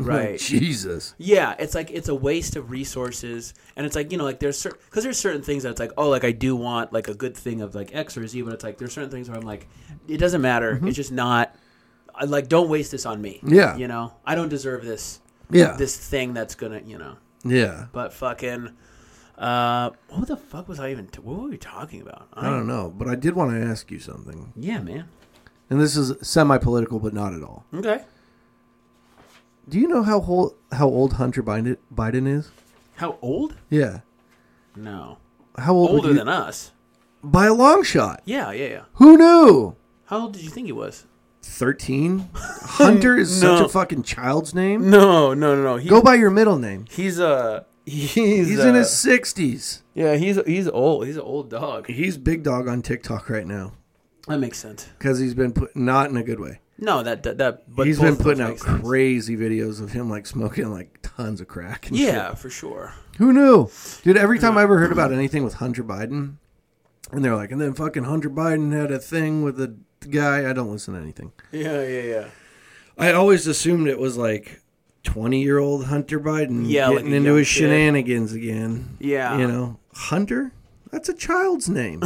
Like,
Right.
Jesus
Yeah, it's like it's a waste of resources, and it's like you know, like there's certain because there's certain things that it's like, oh, like I do want like a good thing of like X or Z, but it's like there's certain things where I'm like, it doesn't matter.
Mm-hmm.
It's just not. I like don't waste this on me.
Yeah.
you know, I don't deserve this.
Yeah.
this thing that's gonna you know,
yeah
but fucking. Uh, what the fuck was I even? T- what were we talking about? I
I don't know but I did want to ask you something
yeah, man.
and this is semi-political, but not at all.
Okay.
Do you know how whole, how old Hunter Biden Biden is?
How old?
Yeah,
No.
how old? would
Older
you-
than us.
by a long shot.
Yeah, yeah, yeah.
Who knew?
How old did you think he was?
13? Hunter is such
No.
a fucking child's name.
No, no, no, no. He,
Go by your middle name.
He's uh, he's
He's
uh,
in his 60s.
yeah. He's he's old. He's an old dog.
He's big dog on TikTok right now
That makes sense.
because he's been put not in a good way.
No, that that, that but
he's
both
been
of those
putting out
make sense.
crazy videos of him like smoking like tons of crack. and
Yeah, for sure.
shit. who knew, dude? Every time I ever heard about anything with Hunter Biden, and they're like, and then fucking Hunter Biden had a thing with a guy. I don't listen to anything.
Yeah, yeah, yeah.
I always assumed it was like twenty year old Hunter Biden
Yeah, like
getting
a
into
young
his
kid.
shenanigans again.
Yeah.
You know? Hunter? That's a child's name.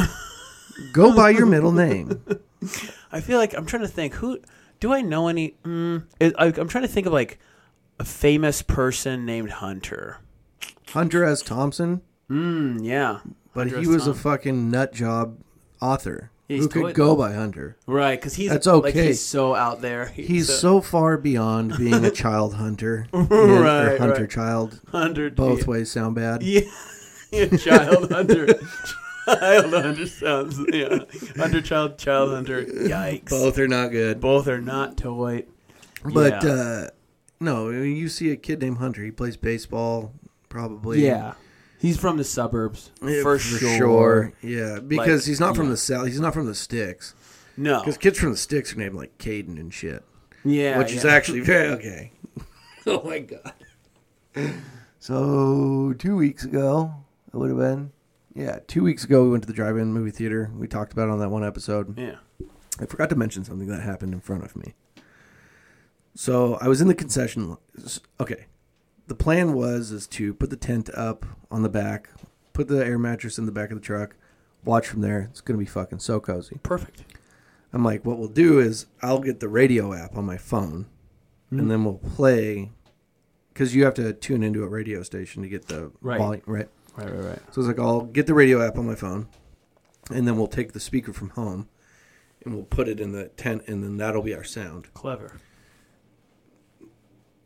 Go by your middle name.
I feel like I'm trying to think who do I know any? Mm, it, I, I'm trying to think of like a famous person named Hunter.
Hunter S. Thompson,
Hmm,
Mm, yeah,
but
Hunter
he
S.
was a
Thompson.
fucking nut job author
Yeah, he's
who could
toy-
go by Hunter.
right because he's
That's
Like,
okay.
he's so out there.
He's
a
so far beyond being a child hunter and- or
Right,
hunter
right.
child.
Hunter.
Both
yeah.
ways sound bad.
Yeah, yeah child hunter. Child hunter sounds yeah. Hunter child child hunter. Yikes.
Both are not good.
Both are not toy.
But
Yeah.
uh, no, you see a kid named Hunter. He plays baseball, probably.
Yeah, he's from the suburbs
Yeah,
for, sure.
Yeah, because
Like,
he's not from
yeah.
the south. He's not from the sticks.
No.
Because kids from the sticks are named like Caden and shit,
Yeah.
which is
yeah.
actually very okay. oh my god. So two weeks ago, it would have been. Yeah, two weeks ago we went to the drive-in movie theater. We talked about it on that one episode.
Yeah.
I forgot to mention something that happened in front of me. So I was in the concession. li- Okay, the plan was is to put the tent up on the back, put the air mattress in the back of the truck, watch from there. It's gonna be fucking so cozy.
Perfect.
I'm like, what we'll do is I'll get the radio app on my phone, and then we'll play, because you have to tune into a radio station to get the
Right.
volume right.
Right. Right. Right.
So I was like, I'll get the radio app on my phone, and then we'll take the speaker from home, and we'll put it in the tent, and then that'll be our sound.
Clever.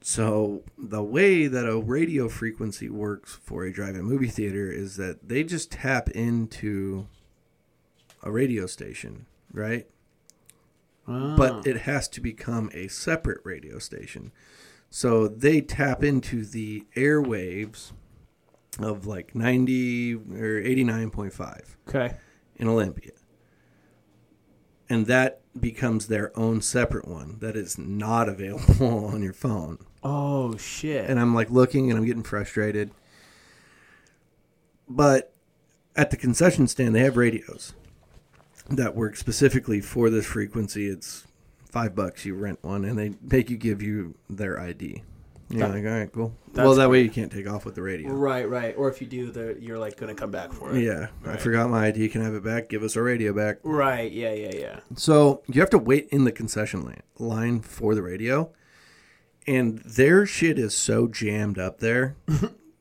So the way that a radio frequency works for a drive-in movie theater is that they just tap into a radio station, right? But it has to become a separate radio station. So they tap into the airwaves of like 90 or 89.5.
Okay.
in Olympia. And that becomes their own separate one that is not available on your phone.
Oh shit.
And I'm like looking and I'm getting frustrated. But at the concession stand, they have radios that work specifically for this frequency. It's five bucks, you rent one, and they make you give you their ID. And You're like, all right, cool. well, that way you can't take off with the radio.
right. Right. Or if you do, the you're like gonna come back for it.
Yeah, I forgot my ID. Can I have it back? Give us our radio back.
Right. Yeah. Yeah. Yeah.
So you have to wait in the concession line, line for the radio, and their shit is so jammed up there.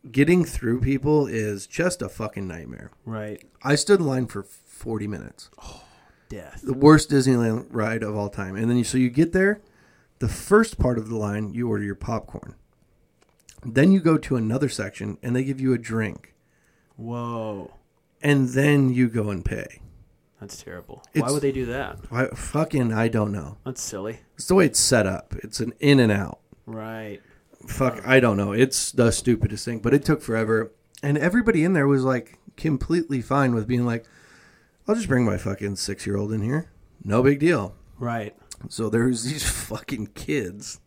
Getting through people is just a fucking nightmare.
Right.
I stood in line for forty minutes.
Death.
The worst Disneyland ride of all time. And then you, so you get there, the first part of the line, you order your popcorn. Then you go to another section and they give you a drink,
Whoa.
and then you go and pay.
That's terrible. Why
It's-
would they do that?
I, fucking, I don't know.
That's silly.
It's the way it's set up. It's an in and out.
Right.
fuck i don't know it's the stupidest thing but it took forever and everybody in there was like completely fine with being like i'll just bring my fucking six year old in here no big deal
Right.
so there's these fucking kids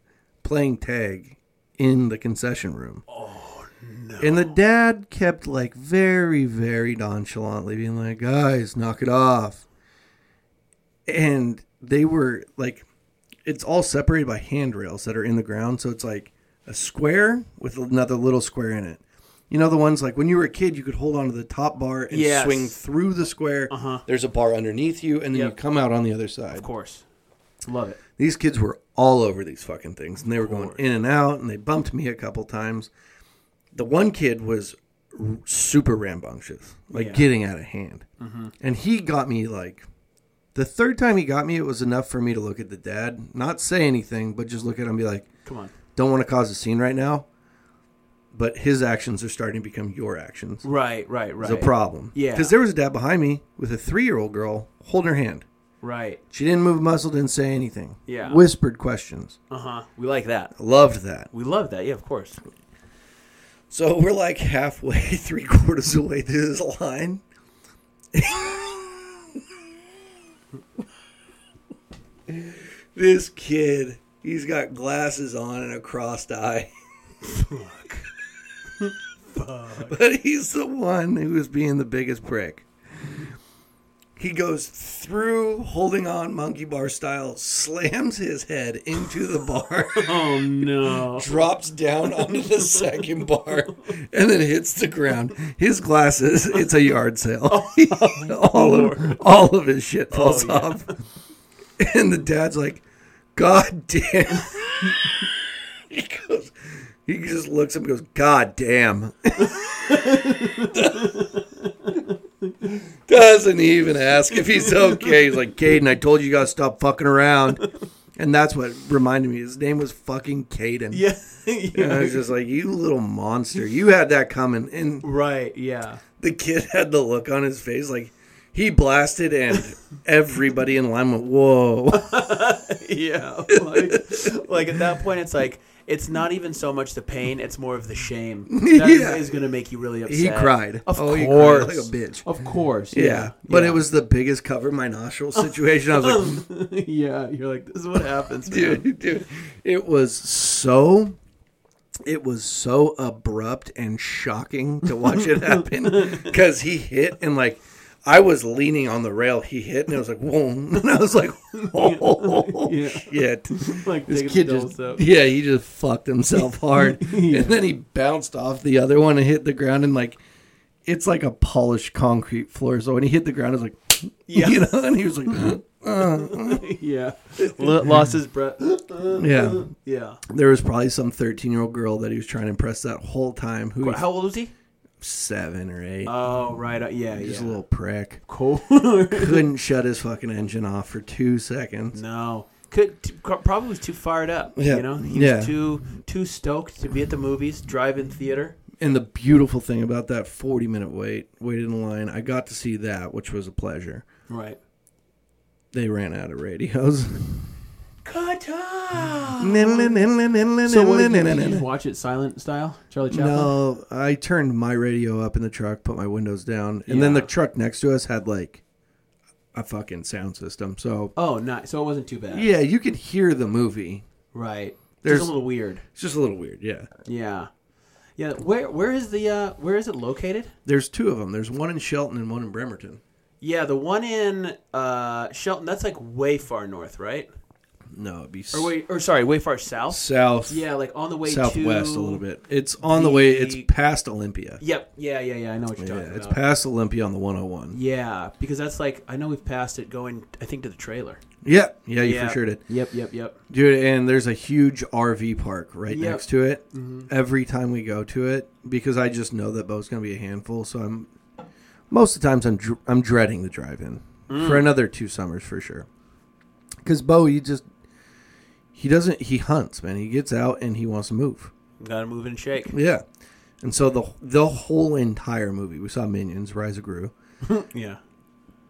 playing tag in the concession room oh no and the dad kept like very very nonchalantly being like guys knock it off and they were like it's all separated by handrails that are in the ground. So it's like a square with another little square in it. You know the ones like when you were a kid, you could hold onto the top bar and
Yes.
swing through the square.
Uh-huh.
There's a bar underneath you, and then
Yep.
you come out on the other side.
Of course. Love it.
These kids were all over these fucking things, and they were going in and out, and they bumped me a couple times. The one kid was r- super rambunctious, like
Yeah. Mm-hmm.
getting out of hand, and he got me like The third time he got me, it was enough for me to look at the dad, not say anything, but just look at him and be like,
Come on.
don't want to cause a scene right now, but his actions are starting to become your actions.
Right, right, right.
It's a problem.
Yeah.
Because there was a dad behind me with a three year old girl holding her hand.
Right.
She didn't move a muscle, didn't say anything.
Yeah.
Whispered questions.
Uh huh. We like that.
Loved that.
We love that. Yeah, of course.
So we're like halfway, three quarters away through this line. this kid, he's got glasses on and a crossed eye. but he's the one who is being the biggest prick. He goes through holding on monkey bar style, slams his head into the bar
Oh no.
drops down onto the second bar and then hits the ground. His glasses, it's a yard sale. all of all of his shit falls off. And the dad's like, God damn. he goes he just looks up and goes, God damn. Doesn't even ask if he's okay. He's like, Caden, I told you you gotta stop fucking around. And that's what reminded me. His name was fucking Caden.
Yeah.
And I was just like, you little monster. You had that coming. And
Right. Yeah.
the kid had the look on his face like he blasted, and everybody in line went, whoa.
Yeah. Like, like at that point, it's like it's not even so much the pain; it's more of the shame that is
Yeah.
going to make you really upset.
He cried.
Of
Oh,
course,
he cried like a bitch.
Of course.
Yeah.
Yeah.
But
yeah.
it was the biggest cover my nostril situation. I was like,
yeah. You're like, this is what happens, man.
dude, dude. It was so. It was so abrupt and shocking to watch it happen because he hit and like I was leaning on the rail. He hit and I was like, whoa! And I was like, oh
Yeah.
shit!
Like
This
taking
kid
pills
just
up.
yeah, he just fucked himself hard, and then he bounced off the other one and hit the ground and like. It's like a polished concrete floor. So when he hit the ground, it was like,
Yeah.
you know, and he was like,
yeah. L- lost his breath.
yeah.
yeah.
There was probably some 13 year old girl that he was trying to impress that whole time who was
How old was he?
seven or eight.
Oh, right. uh, Yeah.
just
yeah.
a little prick.
cool.
Couldn't shut his fucking engine off for two seconds.
no. Could t- pro- probably was too fired up.
Yeah.
You know, he
Yeah.
was too too stoked to be at the movies, drive-in theater.
And the beautiful thing about that 40 minute wait, waited in line, I got to see that, which was a pleasure.
Right.
They ran out of radios.
Cut off. So what did you, did you just
no,
watch it silent style, Charlie Chaplin?
I turned my radio up in the truck, put my windows down, and then the
Yeah.
truck next to us had like a fucking sound system. So
Oh, nice. So it wasn't too bad.
Yeah, you could hear the movie.
Right.
There's-
There's a little weird.
It's just a little weird, yeah.
Yeah. Yeah. Where Where is the uh Where is it located?
There's two of them. There's one in Shelton and one in Bremerton.
Yeah, the one in uh Shelton. That's like way far north, right?
No, it'd be s-
Or wait, or sorry, way far south.
south,
Yeah, like on the way
southwest
to-
a little bit. It's on the way. It's
the-
past Olympia.
Yep. Yeah. Yeah. Yeah. I know what you're
Yeah,
talking
it's
about.
past Olympia on the 101.
yeah, because that's like I know we've passed it going. I think to the trailer.
Yeah, yeah, you
yeah.
for sure did,
Yep. Yep. Yep.
dude. And there's a huge RV park right
Yep.
next to it. Every time we go to it, because I just know that Bo's gonna be a handful. So I'm most of the times I'm dr- I'm dreading the drive-in for another two summers for sure. Because Bo, he just he doesn't he hunts man. He gets out and he wants to move.
Gotta move and shake.
Yeah, and so the the whole entire movie we saw Minions Rise of Gru.
Yeah.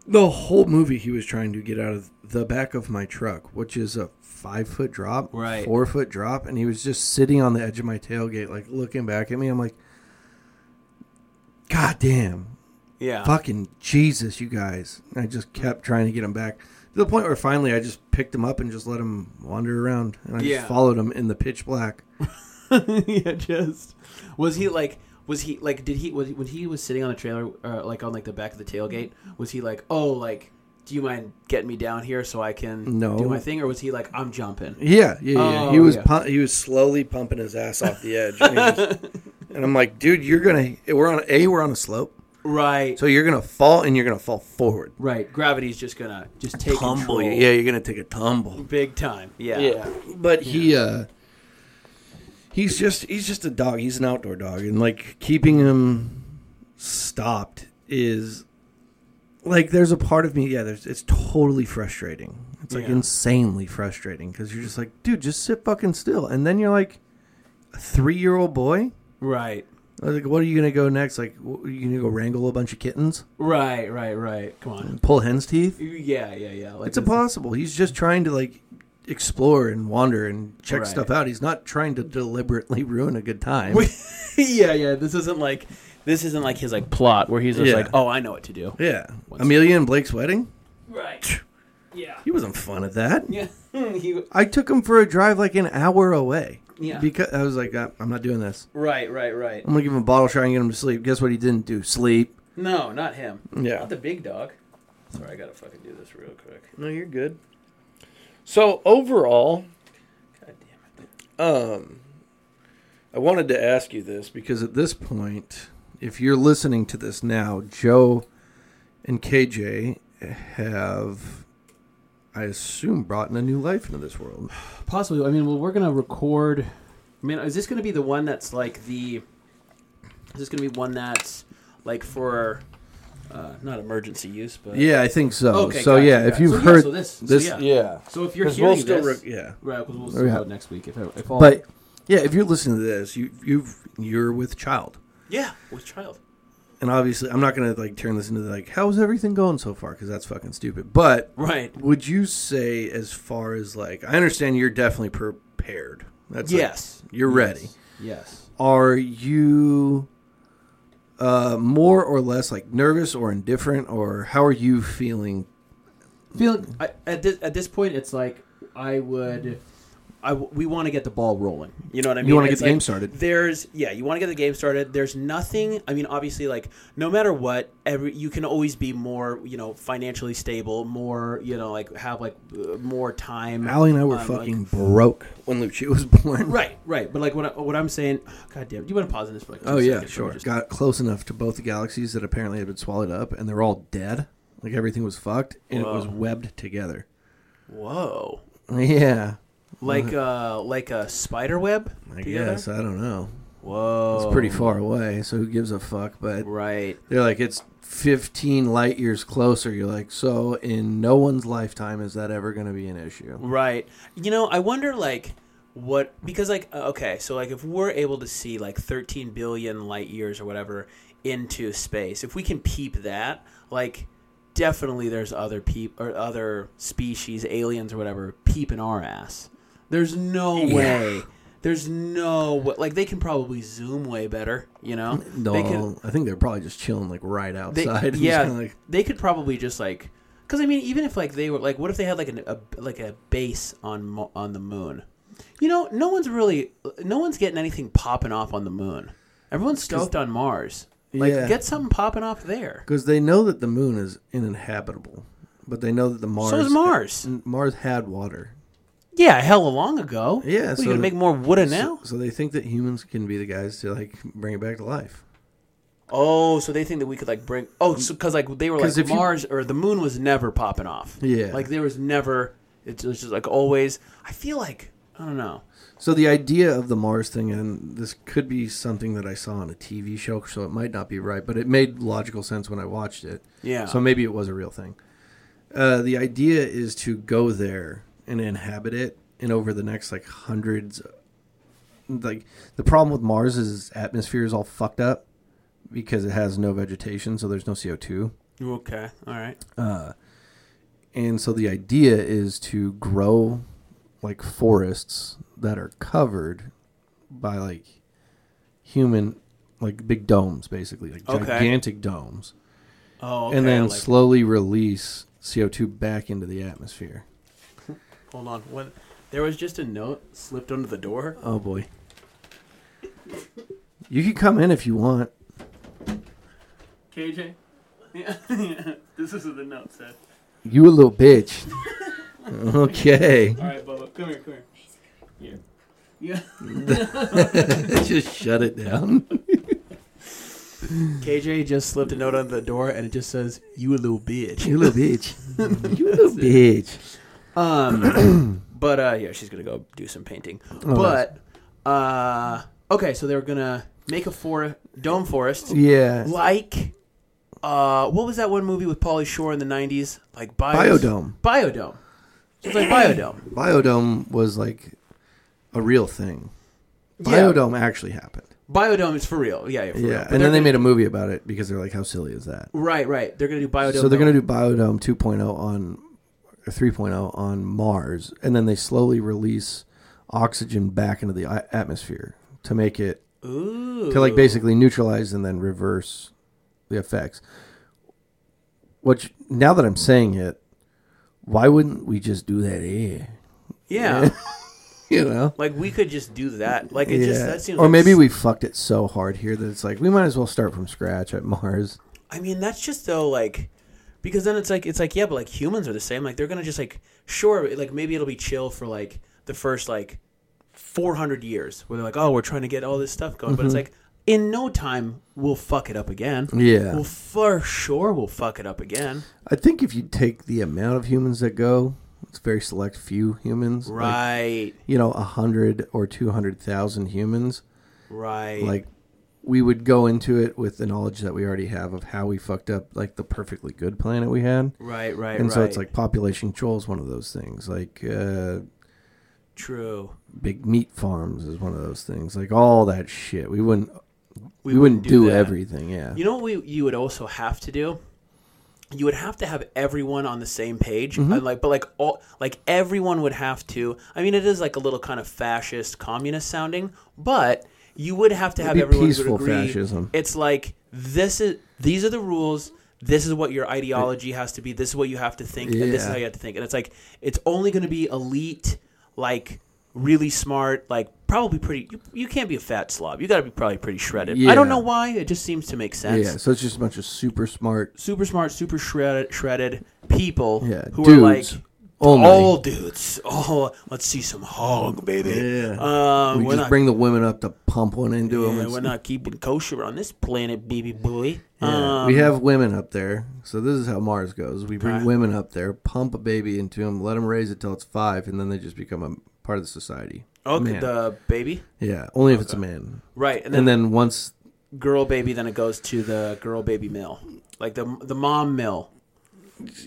The whole movie he was trying to get out of the back of my truck, which is a five foot drop,
Right.
four foot drop, and he was just sitting on the edge of my tailgate, like looking back at me. I'm like, God damn,
Yeah.
fucking Jesus, you guys. And I just kept trying to get him back to the point where finally I just picked him up and just let him wander around. And I
Yeah.
just followed him in the pitch black.
yeah. Just was he like. Was he like? Did he was when he was sitting on the trailer, uh, like on like the back of the tailgate? Was he like, oh, like, do you mind getting me down here so I can
No.
do my thing, or was he like, I'm jumping?
Yeah, yeah, yeah.
Oh,
he was
yeah.
pu- he was slowly pumping his ass off the edge. And, he was- and I'm like, dude, you're gonna we're on a we're on a slope,
Right,
so you're gonna fall and you're gonna fall forward,
right. Gravity's just gonna just take
tumble.
control,
Yeah, you're gonna take a tumble.
big time. Yeah, yeah.
but he uh, he's just he's just a dog. He's an outdoor dog, and like keeping him stopped is like there's a part of me yeah there's it's totally frustrating it's like
Yeah.
insanely frustrating because you're just like dude just sit fucking still and then you're like a three-year-old boy
Right.
like what are you gonna go next like wh- are you gonna go wrangle a bunch of kittens
Right. Right. Right. Come on.
pull hen's teeth
Yeah. Yeah. Yeah. Like
it's impossible he's just trying to like explore and wander and check
Right.
stuff out he's not trying to deliberately ruin a good time
yeah. Yeah. This isn't like this isn't like his like plot where he's just
Yeah.
like, oh, I know what to do.
yeah amelia and blake's wedding
Right. Yeah.
he wasn't fun at that
Yeah. he,
I took him for a drive like an hour away.
Yeah.
Because I was like, "Uh, I'm not doing this.
right. Right. Right.
I'm gonna give him a bottle shot and get him to sleep. Guess what he didn't do? Sleep.
No, not him.
Yeah.
Not the big dog. Sorry, I gotta fucking do this real quick.
No, you're good.
So overall,
God damn it.
um, I wanted to ask you this.
Because at this point, if you're listening to this now, Joe and KJ have, I assume, brought in a new life into this world.
Possibly. I mean, well, we're gonna record. I mean, is this gonna be the one that's like the? Is this gonna be one that's like for, uh, not emergency use, but
Yeah, I think so.
Okay,
so
gotcha,
yeah,
gotcha.
if you've
So, yeah,
heard
so this- so,
this
yeah.
Yeah.
So if you're
'Cause we'll
hearing
still
this,
re- yeah.
right? Because we'll
Yeah.
still it next week if I- if all.
but yeah, if you're listening to this, you you've you're with child.
yeah, with child.
And obviously, I'm not gonna like turn this into like how's everything going so far because that's fucking stupid. But
Right.
Would you say, as far as like, I understand you're definitely prepared. That's like,
Yes.
you're ready.
Yes.
Are you uh, more or less like nervous or indifferent, or how are you feeling?
Feeling I, at this at this point, it's like I would. I, w- we want to get the ball rolling. You know what I mean?
wanna get
It's
the game
like,
started.
There's yeah, you want to get the game started. There's nothing. I mean, obviously, like no matter what, every you can always be more you know financially stable, more you know like have like uh, more time.
Allie and I were
um, like-
fucking broke when Lucia was born.
right, right. But like what I, what I'm saying, God damn, do you want to pause in this for like? two
Oh yeah,
seconds?
sure.
Just-
Got close enough to both the galaxies that apparently had been swallowed up, and they're all dead. Like everything was fucked, and it
Whoa.
was webbed together.
Whoa,
Yeah,
like uh like a spider web.
I
together?
guess I don't know.
Whoa,
It's pretty far away, so who gives a fuck? But
Right.
They're like, it's 15 light years closer. You're like, so in no one's lifetime is that ever going to be an issue?
Right. You know, I wonder like what because like uh, okay, so like if we're able to see like 13 billion light years or whatever into space, if we can peep that, like definitely there's other peep or other species, aliens or whatever peeping our ass. There's no way. There's no wa- like they can probably zoom way better, you know.
No,
They could,
I think they're probably just chilling like right
they,
outside. It's
yeah,
kinda like-
they could probably just like because I mean, even if like they were like, what if they had like an, a like a base on mo- on the moon? You know, no one's really no one's getting anything popping off on the moon. Everyone's stoked on Mars. Like,
Yeah.
get something popping off there.
Because they know that the moon is uninhabitable, but they know that the Mars.
So is Mars.
N- Mars had water.
Yeah, hella long ago.
Yeah,
we're
so
gonna
the-
make more wooden
So-
now.
So, they think that humans can be the guys to like bring it back to life.
Oh, so they think that we could like bring. Oh, so because like they were
'Cause
like
if you-
Mars or the moon was never popping off.
Yeah.
like there was never. It's it was just like always. I feel like I don't know.
So the idea of the Mars thing, and this could be something that I saw on a TV show, so it might not be right, but it made logical sense when I watched it.
Yeah.
So maybe it was a real thing. Uh, the idea is to go there and inhabit it, and over the next like hundreds, like the problem with Mars is its atmosphere is all fucked up because it has no vegetation, so there's no CO two.
Okay. All right.
And so the idea is to grow like forests that are covered by like human like big domes basically, like
Okay.
gigantic domes.
Oh,
and then
like,
slowly release CO2 back into the atmosphere.
hold on. What? There was just a note slipped under the door.
Oh boy. You can come in if you want.
KJ, yeah, this is what the note said.
You a little bitch. Okay.
All right, Bubba, come here, come here. Yeah.
Just shut it down.
KJ just slipped a note under the door, and it just says, "You a little bitch."
You little bitch. You little bitch.
Um, but uh, yeah, she's gonna go do some painting.
Oh,
but uh, okay, so they were gonna make a for dome forest
Yeah.
like uh, what was that one movie with Pauly Shore in the '90s? Like Bios-
Biodome.
Biodome. It's like Biodome.
Biodome was like a real thing.
Yeah.
Biodome actually happened.
Biodome is for real. Yeah, yeah. For Real.
Yeah, and
But they're
then they
gonna-
made a movie about it because they're like, how silly is that?
right, right. They're gonna do Biodome.
So they're going to do Biodome 2.0 on or 3.0 on Mars, and then they slowly release oxygen back into the i- atmosphere to make it
Ooh.
to like basically neutralize and then reverse the effects. Which now that I'm saying it, why wouldn't we just do that here?
Yeah.
You know.
like we could just do that. Like it just that seems.
or
like
maybe
s-
we fucked it so hard here that it's like we might as well start from scratch at Mars.
I mean, that's just though like. Because then it's like it's like yeah, but like humans are the same. Like they're gonna just like sure, like maybe it'll be chill for like the first like 400 years where they're like, oh, we're trying to get all this stuff going, but it's like in no time we'll fuck it up again.
Mm-hmm. Yeah.
we'll for sure we'll fuck it up again.
I think if you take the amount of humans that go, it's very select few humans. like,
Right,
you know, a hundred or two hundred thousand humans.
right.
Like we would go into it with the knowledge that we already have of how we fucked up like the perfectly good planet we had.
right, right,
and
right.
so it's like population control is one of those things. Like uh,
true.
big meat farms is one of those things. Like all that shit. We wouldn't we, wouldn't, do,
that.
everything, yeah.
You know what we you would also have to do? You would have to have everyone on the same page.
Mm-hmm.
and Like but like all like everyone would have to I mean it is like a little kind of fascist communist sounding, but you would have to have
be
everyone
peaceful
would agree.
fascism.
It's like this is these are the rules this is what your ideology has to be. This is what you have to think, and this is
Yeah.
how you have to think. And it's like it's only going to be elite, like really smart, like probably pretty. You, you can't be a fat slob. You got to be probably pretty shredded. I don't
Yeah.
know why. It just seems to make sense
yeah, so it's just a bunch of super smart
super smart, super shredded, shredded people
Yeah,
who are like
dudes only.
all dudes. Oh, let's see some hog, baby.
Yeah.
Uh,
we
we're
just
not,
bring the women up to pump one into
yeah,
them.
we're not keeping kosher on this planet, baby boy. Um,
we have women up there, so this is how Mars goes. We bring women up there, pump a baby into them, let them raise it till it's five, and then they just become a part of the society.
okay,
Man.
oh, the baby,
yeah, only if it's a man.
right? And then,
And then once,
girl baby, then it goes to the girl baby mill, like the the mom mill.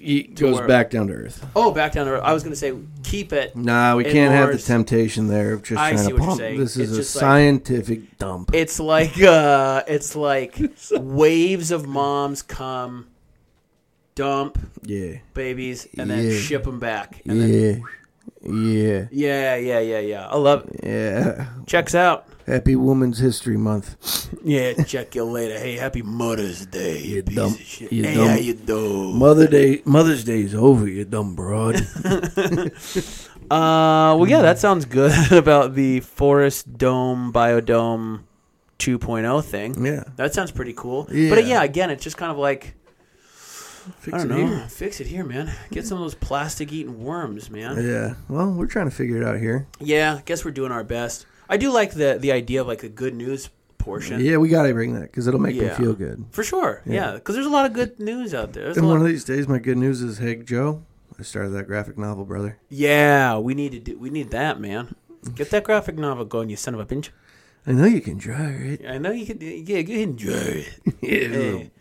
it goes
where-
back down to Earth.
Oh, back down to I was gonna say keep it.
Nah, we
in
can't have the
Mars.
temptation there of just
I
trying
see
to
what you're
pump.
saying.
This is
It's
a
just like-
scientific dump.
It's like uh, it's like waves of moms come, dump,
yeah,
babies and then
Yeah.
ship them back. And
yeah,
Then,
yeah,
yeah, yeah, yeah, yeah. I love it.
yeah.
Checks out.
Happy Women's History Month.
Yeah, check you later. Hey, happy Mother's Day, you, piece
dumb-
of shit.
you
hey,
dumb-
how you do?
Mother Day, Mother's Day is over, you dumb broad.
Uh, well, yeah, that sounds good about the Forest Dome Biodome 2.0 thing.
yeah,
That sounds pretty cool.
Yeah.
But uh, yeah, again, it's just kind of like
Fix
I don't
it
know.
here.
Fix it here, man. Get some of those plastic-eating worms, man.
Yeah. Well, we're trying to figure it out here.
Yeah, I guess we're doing our best. I do like the the idea of like a good news portion.
Yeah, we got to bring that because it'll make
Yeah.
them feel good.
For sure, yeah, because there's a lot of good news out there. There's a
And
lot
one of these days, my good news is, hey, Joe, I started that graphic novel, brother.
yeah, we need to do. We need that, man. Get that graphic novel going, you son of a bitch.
I know you can draw, right?
I know you can. Yeah, go ahead and draw it.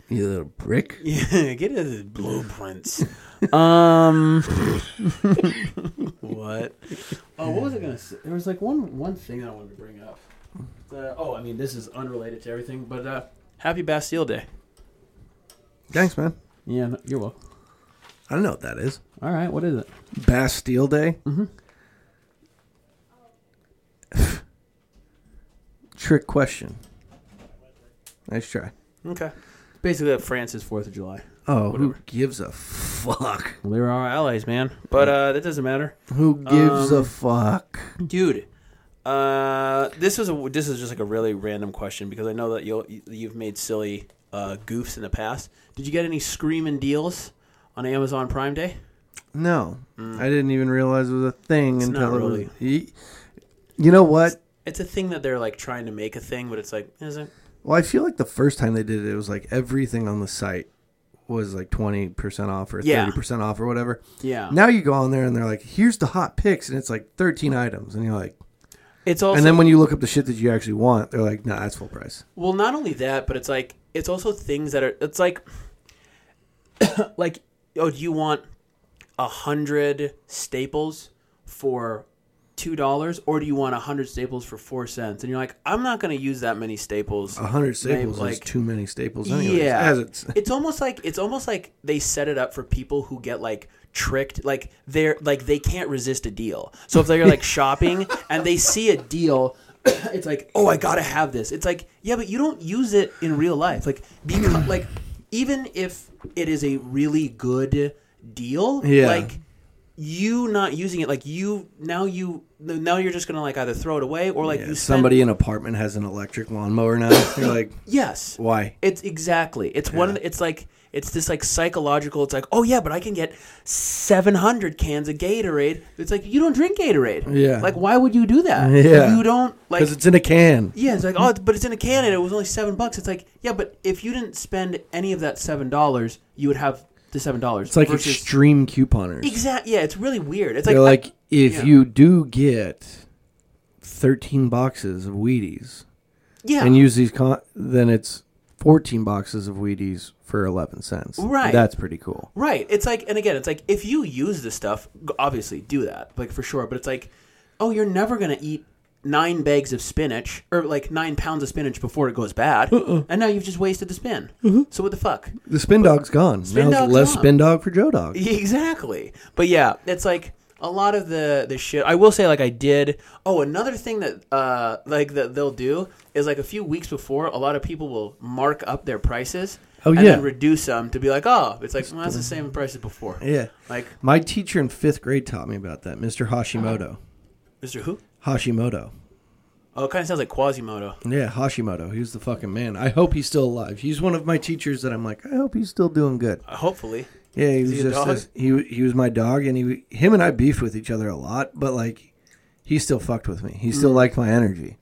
You, little, you little prick.
Yeah, get it the blueprints. um, what? Oh, what was I gonna say? There was like one one thing I wanted to bring up. The, oh, I mean, this is unrelated to everything, but uh, happy Bastille Day.
Thanks, man.
Yeah, no, you're welcome.
I don't know what that is.
All right, what is it?
Bastille Day. Mm-hmm. Trick question. Nice try.
Okay, basically, uh, France's Fourth of July.
Oh, who
Whatever.
gives a fuck?
Well, they're our allies, man. But uh, that doesn't matter.
Who gives a
Um,
fuck?
dude. Uh, this was a, this is just like a really random question because I know that you'll you've made silly uh, goofs in the past. Did you get any screaming deals on Amazon Prime Day?
No, I didn't even realize it was a thing until
mm. not
it was-
really.
Ye- You know what?
It's a thing that they're like trying to make a thing, but it's like is it?
Well, I feel like the first time they did it, it was like everything on the site was like twenty percent off or thirty
Yeah. Oh.
percent off or whatever.
Yeah.
Now you go on there and they're like, "Here's the hot picks," and it's like thirteen items, and you're like,
It's also
and then when you look up the shit that you actually want, they're like, "Nah, that's full price."
Well, not only that, but it's like it's also things that are it's like like, oh, do you want a hundred staples for two dollars, or do you want a hundred staples for four cents? And you're like, I'm not going to use that many staples.
A hundred staples
like,
is too many staples. Anyways,
yeah,
as it's
it's almost like it's almost like they set it up for people who get like tricked like they're like they can't resist a deal so if they're like shopping and they see a deal it's like oh i gotta have this it's like yeah but you don't use it in real life like because like even if it is a really good deal
Yeah.
like you not using it like you now you now you're just gonna like either throw it away or like
yeah,
you spend,
somebody in an apartment has an electric lawnmower now. You're like,
yes
why?
it's exactly. It's one. Of the, it's like it's this like psychological. It's like oh yeah, but I can get seven hundred cans of Gatorade. It's like you don't drink Gatorade.
Yeah.
Like why would you do that?
Yeah.
You don't like.
Because it's in a can.
yeah, it's like oh, but it's in a can and it was only seven bucks. It's like yeah, but if you didn't spend any of that seven dollars, you would have the seven dollars.
It's like extreme couponers.
exact. Yeah, it's really weird. It's like,
They're like,
I-
if
yeah.
you do get thirteen boxes of Wheaties
yeah,
and use these, con- then it's fourteen boxes of Wheaties for eleven cents.
Right.
That's pretty cool.
Right. It's like, and again, it's like if you use this stuff, g- obviously do that, like for sure. But it's like, oh, you're never gonna eat nine bags of spinach or like nine pounds of spinach before it goes bad,
Uh-uh.
and now you've just wasted the spin.
Mm-hmm.
So what the fuck?
The spin dog's gone. now it's
dog's
less
gone.
spin dog for Joe Dog.
Exactly. But yeah, it's like a lot of the the shit. I will say, like I did. Oh, another thing that uh like that they'll do is like a few weeks before, a lot of people will mark up their prices.
Oh,
and
yeah.
then reduce them to be like, oh, it's like well, that's the same price as before.
Yeah.
Like
My teacher in fifth grade taught me about that, Mr. Hashimoto.
Uh-huh. Mr. Who?
Hashimoto.
Oh, it kind of sounds like Quasimodo.
Yeah, Hashimoto. He was the fucking man. I hope he's still alive. He's one of my teachers that I'm like, I hope he's still doing good.
Uh, hopefully.
Yeah, he was
he a
just
dog?
this, he he was my dog, and he him and I beefed with each other a lot, but like he still fucked with me. He still liked my energy.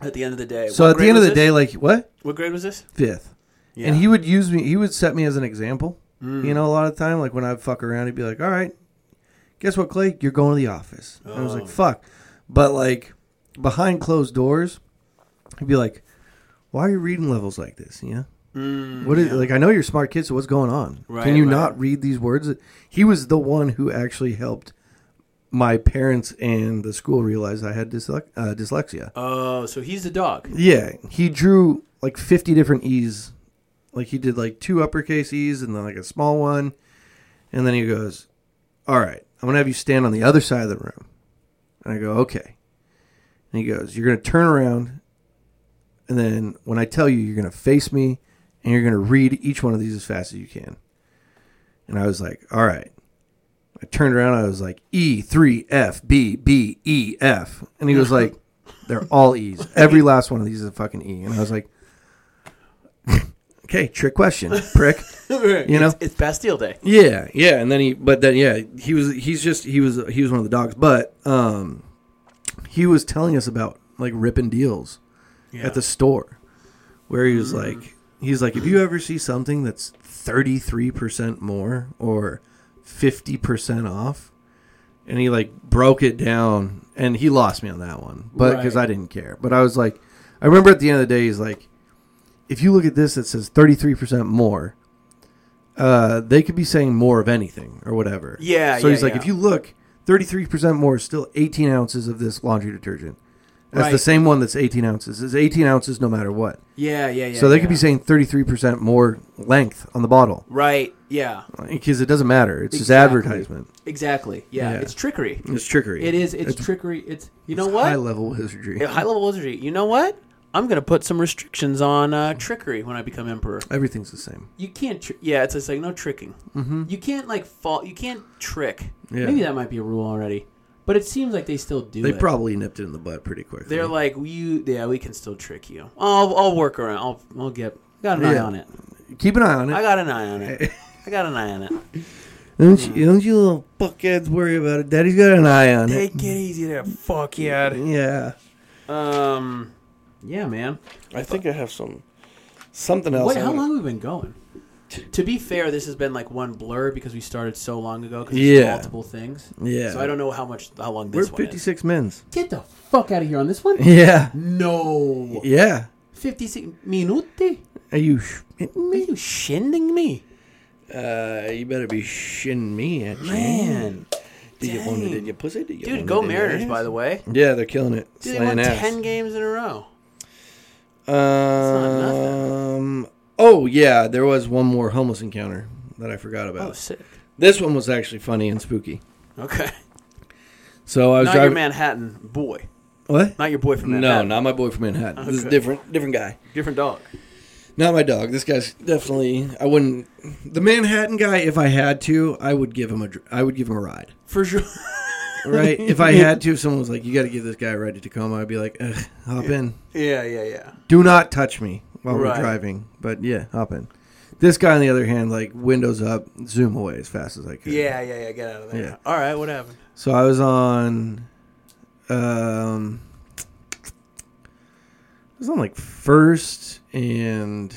Mm. At the end of the day.
So
What
at the
grade
end of
was
the day, like what
this? what grade was this?
fifth,
Yeah. Mm.
and he would use me. He would set me as an example. You know, a lot of the time, like when I would fuck around, he'd be like, "All right, guess what, Clay? You're going to the office." And I was
Oh.
like, "Fuck," but like behind closed doors, he'd be like, "Why are you reading levels like this?" You know.
Hmm.
What is like? I know you're a smart kid, so what's going on?
Right,
Can you
right.
not read these words? He was the one who actually helped my parents and the school realize I had dysle- uh, dyslexia.
Oh, so he's the dog.
Yeah, he drew like 50 different E's. Like he did like two uppercase E's and then like a small one. And then he goes, All right, I'm going to have you stand on the other side of the room. And I go, Okay. And he goes, You're going to turn around. And then when I tell you, you're going to face me and you're going to read each one of these as fast as you can. And I was like, All right. I turned around. I was like, E, 3, F, B, B, E, F. And he was like, They're all E's. Every last one of these is a fucking E. And I was like, Okay, trick question, prick. You know?
It's, it's Bastille Day.
Yeah, yeah, and then he, but then yeah, he was, he's just, he was, he was one of the dogs, but um, he was telling us about like ripping deals at the store, where he was like, he's like, if you ever see something that's thirty three percent more or fifty percent off, and he like broke it down, and he lost me on that one, but because
Right.
I didn't care, but I was like, I remember at the end of the day, he's like, if you look at this, it says thirty three percent more uh, they could be saying more of anything or whatever.
Yeah,
So he's
yeah,
like,
yeah.
if you look, thirty-three percent more is still eighteen ounces of this laundry detergent. That's the
Right.
same one that's eighteen ounces. It's eighteen ounces no matter what.
Yeah, yeah, yeah.
so they
yeah.
could be saying thirty-three percent more length on the bottle
Right. Yeah.
because it doesn't matter. It's
Exactly.
just advertisement.
Exactly. Yeah.
Yeah.
It's trickery.
It's trickery.
It is. It's, trickery. It's. You know what?
High level wizardry.
Yeah, high level wizardry. You know what? I'm gonna put some restrictions on uh, trickery when I become emperor.
Everything's the same.
You can't. Tr- yeah, it's just like no tricking. You can't like fall. You can't trick.
Mm-hmm. Yeah.
Maybe that might be a rule already, but it seems like they still do.
They
it.
probably nipped it in the butt pretty quickly.
They're like, you, yeah, we can still trick you. I'll, I'll work around. I'll, I'll get. Got an eye
Yeah.
on it.
keep an eye on it.
I got an eye on it. I got an eye on it.
don't, you, don't you little fuckheads worry about it. Daddy's got an eye on it.
Take it easy there, fuck yeah.
Yeah.
Um, yeah, man.
I think I have some something else.
Wait,
I
how
wanna-
long have we been going? To be fair, this has been like one blur because we started so long ago. Cause
Yeah.
yeah. Multiple things.
Yeah.
So I don't know how much how long
We're
this one is.
fifty-six men's.
Get the fuck out of here on this one.
Yeah.
No.
Yeah.
Fifty six minuti.
Are you shitting
Are
me?
you shinding me?
Uh, you better be shitting me, at
Man.
Did you want it
Dang.
in your pussy? Did you
Dude, go Mariners, by the way.
Yeah, they're killing it.
Dude, they won
Slaying ass.
10 games in a row. not nothing.
Um. Oh yeah, there was one more homeless encounter that I forgot about.
Oh, sick.
This one was actually funny and spooky.
Okay.
So I was
Not your
driving.
Manhattan boy.
What?
Not your boy from
no,
Manhattan.
not my boy from Manhattan. This is
Okay.
different. Different guy.
Different dog.
Not my dog. This guy's definitely. I wouldn't. The Manhattan guy. If I had to, I would give him a. dr- I would give him a ride.
For sure.
Right. if I had to, if someone was like, "You got to give this guy a ride to Tacoma," I'd be like, Ugh, "Hop in.
yeah, yeah, yeah.
Do not touch me while
Right.
we're driving." But yeah, hop in. This guy, on the other hand, like windows up, zoom away as fast as I could.
Yeah, yeah, yeah. Get out of there.
Yeah.
All right, what happened?
So I was on, um, I was on like first and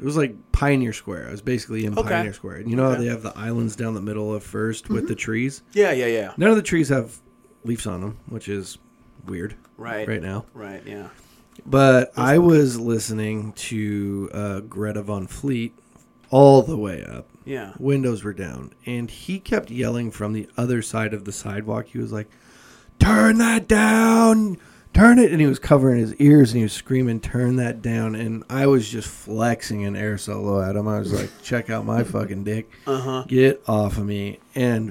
it was like Pioneer Square. I was basically in
Okay.
Pioneer Square. And you know how
Okay. Mm-hmm.
they have the islands down the middle of 1st with the trees?
Yeah, yeah, yeah.
None of the trees have leaves on them, which is weird
Right.
right now.
Right, yeah.
But I was listening to uh, Greta Von Fleet all the way up
Yeah.
windows were down and he kept yelling from the other side of the sidewalk he was like turn that down turn it and he was covering his ears and he was screaming turn that down and i was just flexing an air solo at him i was like check out my fucking dick
Uh-huh.
get off of me and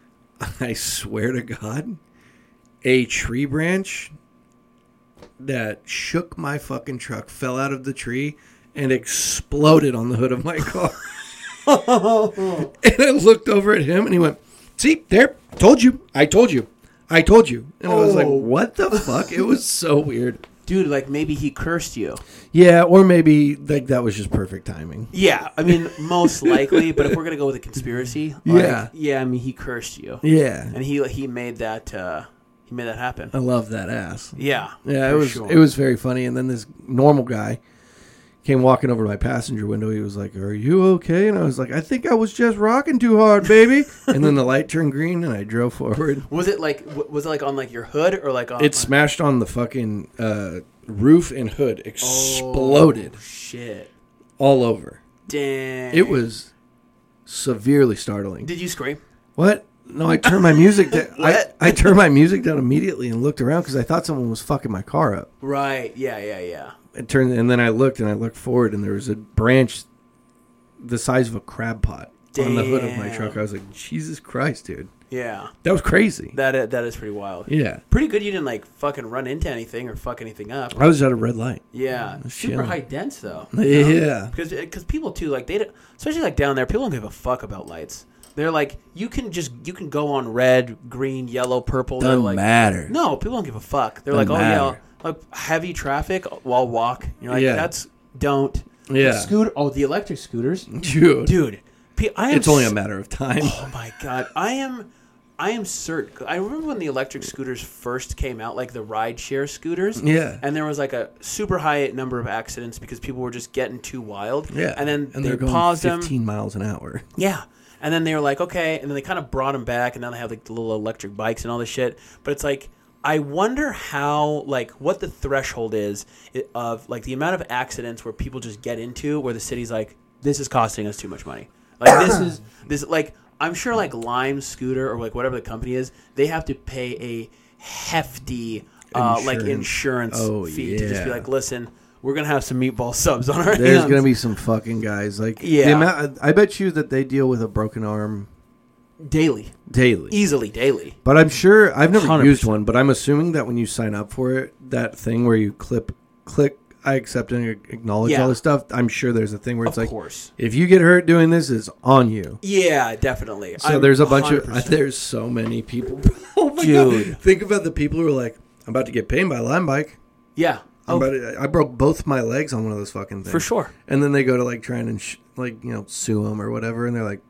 i swear to god a tree branch that shook my fucking truck fell out of the tree and exploded on the hood of my car and I looked over at him and he went, See, there, told you. I told you. I told you. And I was like,
Oh.
What the fuck? It was so weird.
Dude, like maybe he cursed you.
Yeah, or maybe like that was just perfect timing.
Yeah, I mean, most likely. But if we're gonna go with a conspiracy, like,
Yeah.
yeah, I mean, he cursed you,
Yeah.
and he he made that uh, he made that happen.
I love that ass.
Yeah,
Yeah, it
for
was
sure.
it was very funny. And then this normal guy came walking over to my passenger window. He was like, Are you okay? And I was like, I think I was just rocking too hard, baby. and then the light turned green and I drove forward.
Was it like w- was it like on like your hood or like on
It
on-
smashed on the fucking uh, roof and hood, exploded
Oh, shit,
all over.
damn!
It was severely startling.
Did you scream?
what? No, I turned my music down. I,
What?
I turned my music down immediately and looked around because I thought someone was fucking my car up.
Right. Yeah. Yeah. Yeah.
I turned and then I looked and I looked forward and there was a branch the size of a crab pot on the hood of my
Damn.
truck. I was like, Jesus Christ, dude.
Yeah.
That was crazy.
That i- that is pretty wild.
yeah.
Pretty good. You didn't like fucking run into anything or fuck anything up.
I was at a red light.
Yeah. Super
chilling.
high dense though.
Yeah.
because because people too like they don't- especially like down there people don't give a fuck about lights. They're like you can just you can go on red, green, yellow, purple. They're
Doesn't
like
matter.
no people don't give a fuck. They're
Doesn't
like oh
matter.
yeah, like heavy traffic, while walk. You're like
Yeah.
that's don't
Yeah.
scooter. Oh the electric scooters,
Dude.
dude. P- I am
It's only a
s-
matter of time.
Oh my god, I am. I am certain. I remember when the electric scooters first came out, like the rideshare scooters.
Yeah.
And there was like a super high number of accidents because people were just getting too wild.
Yeah.
And then
and
they
they're going
paused them.
15 miles an hour.
Yeah. And then they were like, okay. And then they kind of brought them back, and now they have like the little electric bikes and all this shit. But it's like, I wonder how, like, what the threshold is i- of like the amount of accidents where people just get into where the city's like, this is costing us too much money. Like, this is, this, like, I'm sure like Lime Scooter or like whatever the company is, they have to pay a hefty, uh, like,
Insurance.
insurance
Oh,
fee to just be
yeah.
like, listen, we're going to have some meatball subs on our
There's
hands.
gonna be some fucking guys like
Yeah.
The amount, I bet you that they deal with a broken arm
daily,
daily.
easily daily.
But I'm sure I've never
100%.
used one. But I'm assuming that when you sign up for it, that thing where you clip, click, I accept and acknowledge
Yeah.
all this stuff. I'm sure there's a thing where it's
of
like,
course.
if you get hurt doing this, it's on you.
Yeah, definitely.
So
I'm
there's a bunch
100%.
of there's so many people. oh my
Dude.
god! Think about the people who are like, I'm about to get pain by a lime bike.
yeah.
I'm
Oh,
about to- I broke both my legs on one of those fucking things
for sure.
and then they go to like trying and sh- like you know sue him or whatever, and they're like,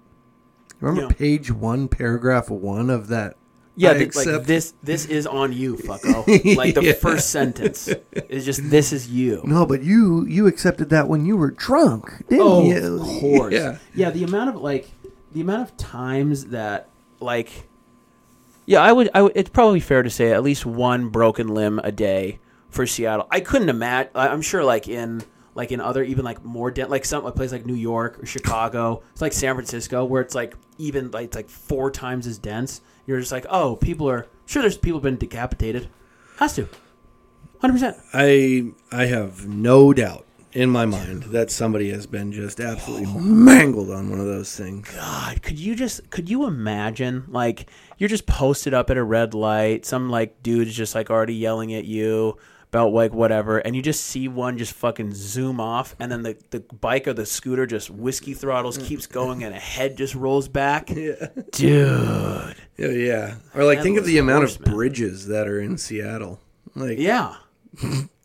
remember
Yeah.
page one, paragraph one of that?
Yeah,
I
th- like
accept-
this. This is on you, fucko. Like the
Yeah.
first sentence is just this is you.
No, but you you accepted that when you were drunk, didn't
oh,
you?
of course.
Yeah.
Yeah. the amount of like the amount of times that like yeah, I would. I would. It's probably fair to say at least one broken limb a day for Seattle. I couldn't imagine. I'm sure, like in like in other even like more den- like some a place like New York or Chicago, it's like San Francisco where it's like even like it's like four times as dense. You're just like, oh, people are sure there's people been decapitated, has to, hundred percent.
I I have no doubt in my mind that somebody has been just absolutely mangled on one of those things.
God, Ah, could you just could you imagine like you're just posted up at a red light, some like dude's just like already yelling at you about like whatever, and you just see one just fucking zoom off, and then the, the bike or the scooter just whiskey throttles,
Mm.
keeps going, and a head just rolls back. Yeah. Dude.
Yeah, yeah. Or like think of the
Endless
amount of
horsemen.
bridges that are in Seattle. Like
Yeah.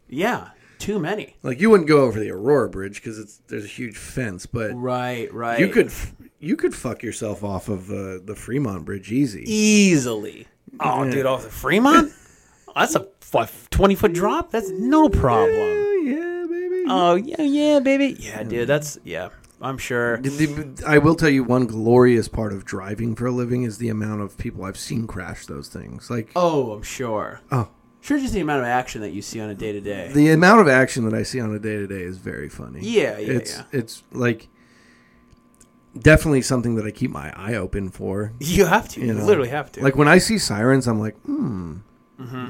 Yeah. Too many.
like you wouldn't go over the Aurora Bridge because it's there's a huge fence, but
Right, right.
you could f- you could fuck yourself off of uh, the Fremont Bridge
E
easy.
easily. Oh, dude, off the Fremont? That's a f- 20 foot drop? That's no problem.
Oh, yeah, baby.
Oh yeah, yeah, baby. Yeah, dude. That's yeah. I'm sure.
The- I will tell you one glorious part of driving for a living is the amount of people I've seen crash those things. Like
Oh, I'm sure.
oh
Sure, just the amount of action that you see on a day to day.
the amount of action that I see on a day to day is very funny.
Yeah, yeah,
It's
yeah.
it's like definitely something that I keep my eye open for.
You have to. You,
know?
literally have to. Mm-hmm.
Like when I see sirens, I'm like, hmm,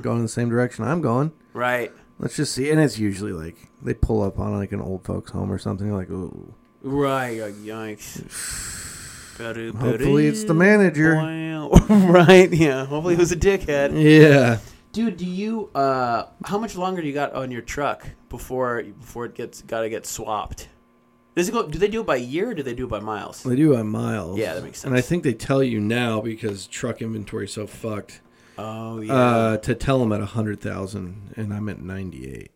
going in the same direction I'm going.
right.
Let's just see. And it's usually like they pull up on like an old folks home or something. Like, ooh,
Right. you're like, Yikes. Ba-do, ba-do,
hopefully it's the manager.
wow. right. Yeah. Hopefully, it was a dickhead.
Yeah,
Dude, do you? uh How much longer do you got on your truck before before it gets got to get swapped? Does it go? Do they do it by year or do they do it by miles?
they do by miles.
Yeah, that makes
And I
sense.
think they tell you now because truck inventory's so fucked.
Oh yeah.
Uh, to tell them at a hundred thousand, and I'm at ninety eight.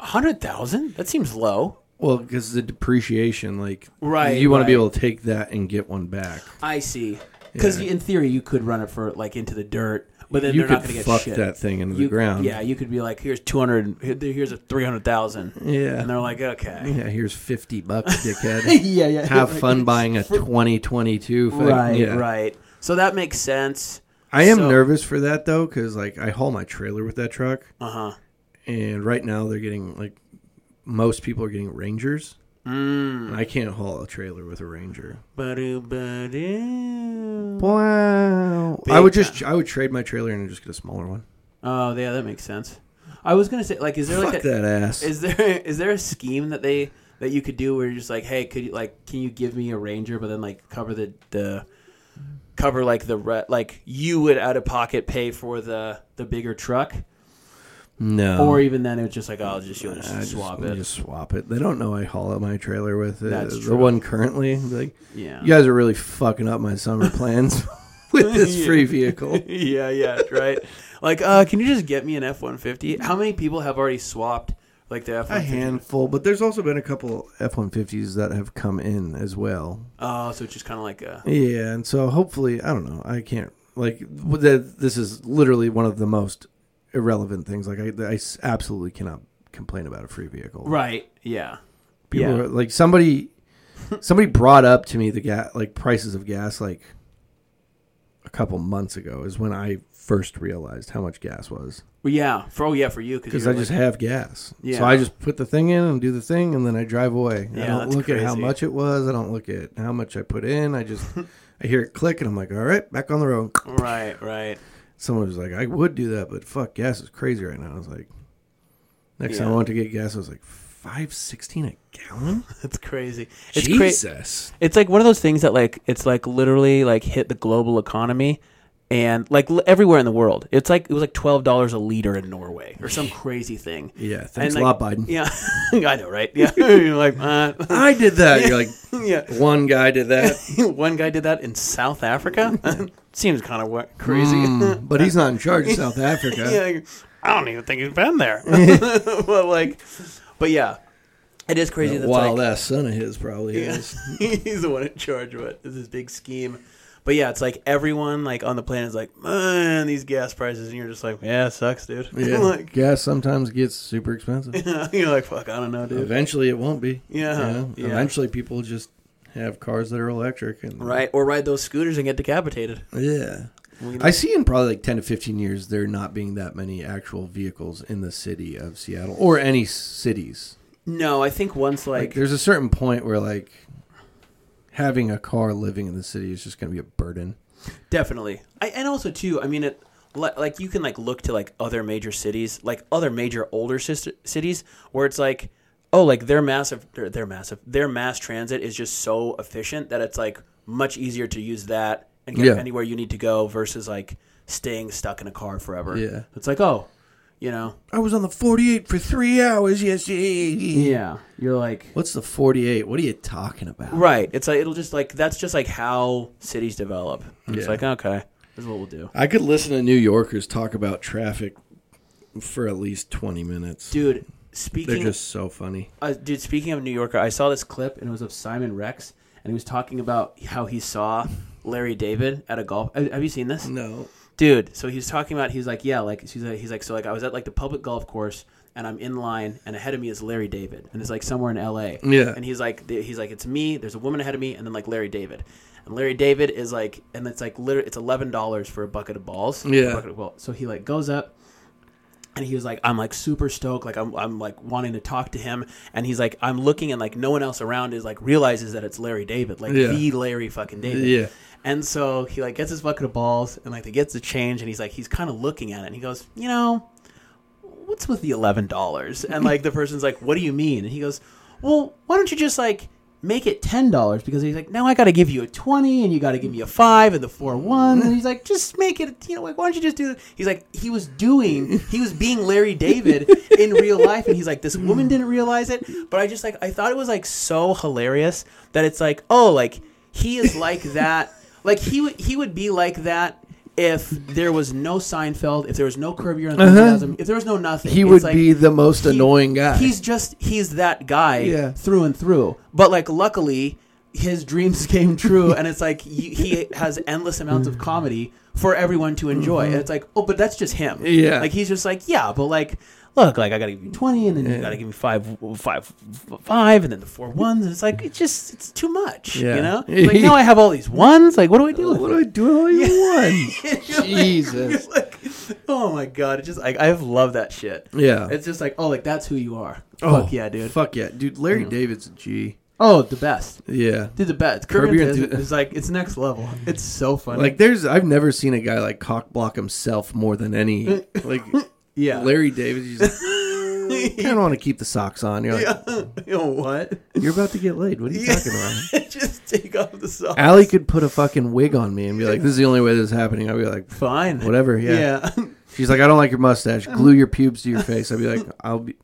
A hundred thousand? That seems low.
Well, because the depreciation, like,
Right,
you want to be
right.
able to take that and get one back.
I see. Because
Yeah.
in theory, you could run it for like into the dirt, but then
You
they're not
could
going to get
fuck
shit.
that thing into the
You-
ground.
Yeah, you could be like, here's two hundred, here's a three hundred thousand.
Yeah.
and they're like, okay,
Yeah, here's fifty bucks, dickhead.
yeah.
Have fun buying a twenty twenty two.
Right, right. So that makes sense.
I am
So-
nervous for that though, because like I haul my trailer with that truck,
Uh huh.
and right now they're getting like most people are getting Rangers. Mm. I can't haul a trailer with a Ranger.
Oh
Wow. I
Big
would just I would trade my trailer and just get a smaller one.
Oh, yeah, that makes sense. I was gonna say, like, is there
Fuck
like a,
that ass.
is there is there a scheme that they that you could do where you're just like, hey, could you like can you give me a ranger, but then like cover the the cover like the re- like you would out of pocket pay for the the bigger truck,
no.
or even then it's just like I'll just you'll just
Uh-huh. I just-
swap
you
it.
Just swap it. They don't know I haul out my trailer with it.
That's
The
true.
one currently, like,
Yeah.
you guys are really fucking up my summer plans with this
Yeah.
free vehicle.
yeah, yeah, right. like, uh, can you just get me an F one fifty? How many people have already swapped like the F
A
one fifty?
handful, but there's also been a couple F one fifties that have come in as well.
Oh, so it's just kind of like a
Yeah, and so hopefully, I don't know. I can't like with the- this is literally one of the most irrelevant things. Like I, I s- absolutely cannot complain about a free vehicle.
right. Yeah.
People
yeah.
are, like somebody somebody brought up to me the gas like prices of gas like a couple months ago is when I first realized how much gas was
Well, yeah. For oh yeah, for you because
because I just have gas.
Yeah.
So I just put the thing in and do the thing and then I drive away. I
Yeah,
don't
that's
look at how
crazy.
much it was. I don't look at how much I put in. I just I hear it click and I'm like, "All right, back on the road."
right, right.
Someone was like, "I would do that, but fuck, gas is crazy right now." I was like, Next time
Yeah.
I went to get gas, I was like, 516 a gallon?
That's crazy. It's crazy.
Jesus.
It's like one of those things that like it's like literally like hit the global economy and like l- everywhere in the world. It's like it was like twelve dollars a liter in Norway or some crazy thing.
Yeah, thanks
And,
a lot,
like-
Biden.
Yeah, I know, right? Yeah, You're like uh,
I did that. You're like,
yeah.
one guy did that,
One guy did that in South Africa. Seems kind of wa- crazy.
Mm, but he's not in charge of South Africa.
yeah, like, I don't even think he's been there. but like, but yeah, it is crazy.
That
that's
wild
like-
ass son of his probably is.
he's the one in charge of it. This is big scheme. But yeah, it's like everyone like on the planet is like, man, these gas prices, and you're just like, yeah, it sucks, dude.
Yeah,
like,
gas sometimes gets super expensive.
you're like, fuck, I don't know, dude.
Eventually, it won't be.
Yeah,
You know?
yeah.
Eventually, people just have cars that are electric and
Right? Or ride those scooters and get decapitated.
Yeah.
We-
I see in probably like 10 to 15 years there not being that many actual vehicles in the city of Seattle or any cities.
No, I think once
Like,
like,
there's a certain point where like having a car living in the city is just going to be a burden.
definitely, I, and also too. I mean, it li- like you can like look to like other major cities, like other major older sis- cities, where it's like, oh, like their massive, their, their massive, their mass transit is just so efficient that it's like much easier to use that and get
Yeah.
anywhere you need to go versus like staying stuck in a car forever.
Yeah.
it's like oh, you know,
I was on the 48 for three hours yesterday.
yeah, you're like
What's the 48? What are you talking about?
right. It's like it'll just like that's just like how cities develop. It's
Yeah.
like okay, this is what we'll do.
I could listen to New Yorkers talk about traffic for at least 20 minutes.
Dude,
They're
speaking
just so funny.
uh, dude, speaking of New Yorker, I saw this clip and it was of Simon Rex and he was talking about how he saw Larry David at a golf. Have have you seen this?
No.
dude so he was talking about he's like yeah like he's like, he's like so like i was at like the public golf course and i'm in line and ahead of me is larry david and it's like somewhere in la
Yeah.
and he's like th- he's like it's me there's a woman ahead of me and then like larry david and larry david is like and it's like literally it's $11 for a bucket of balls
Yeah.
a bucket of ball. so he like goes up and he was like i'm like super stoked like I'm, I'm like wanting to talk to him and he's like i'm looking and like no one else around is like realizes that it's larry david like
Yeah.
the larry fucking david
Yeah.
and so he like gets his bucket of balls and like he gets the change and he's like he's kind of looking at it and he goes, you know, what's with the eleven dollars? And like the person's like, what do you mean? And he goes, well, why don't you just like make it ten dollars? Because he's like, now I got to give you a twenty and you got to give me a five and the four one. And he's like, just make it. You know, like why don't you just do? It? He's like, he was doing, he was being Larry David in real life, and he's like, this woman didn't realize it. But I just like I thought it was like so hilarious that it's like, oh, like he is like that. Like he would he would be like that if there was no Seinfeld, if there was no Curb Your Enthusiasm, if there was no nothing.
He
It's
would
like-
be the most
he-
annoying guy.
He's just he's that guy
Yeah.
through and through. But like luckily his dreams came true and it's like you, he has endless amounts of comedy for everyone to enjoy. And it's like, "Oh, but that's just him."
Mm-hmm. Yeah.
Like he's just like, "Yeah, but like look, like I got to give you 20 and then you got to give me five, five, five, and then the four ones. And it's like it's just it's too much,
Yeah.
you know? It's like now I have all these ones. Like what do I do? with
what
it?
do I do with all you one? Jesus.
like, oh my god! It just like I've loved that shit.
Yeah. Oh,
it's just like oh, like that's who you are. Fuck yeah, dude. Mm.
Fuck yeah, dude. Larry David's a G.
Oh, the best,
Yeah.
dude. The best. Curb
Curb
Your
Your
Enthusiasm
Enthu-
is like it's next level. It's so funny.
Like there's, I've never seen a guy like cock block himself more than any. Like
yeah.
Larry David, you just kind of want to keep the socks on. You're like,
you know what?
you're about to get laid. What are you
Yeah.
talking about?
just take off the socks.
Allie could put a fucking wig on me and be like, "This is the only way this is happening." I'd be like,
Fine.
"Whatever." Yeah.
Yeah. Yeah.
She's like, "I don't like your mustache. Glue your pubes to your face." I'd be like, "I'll be."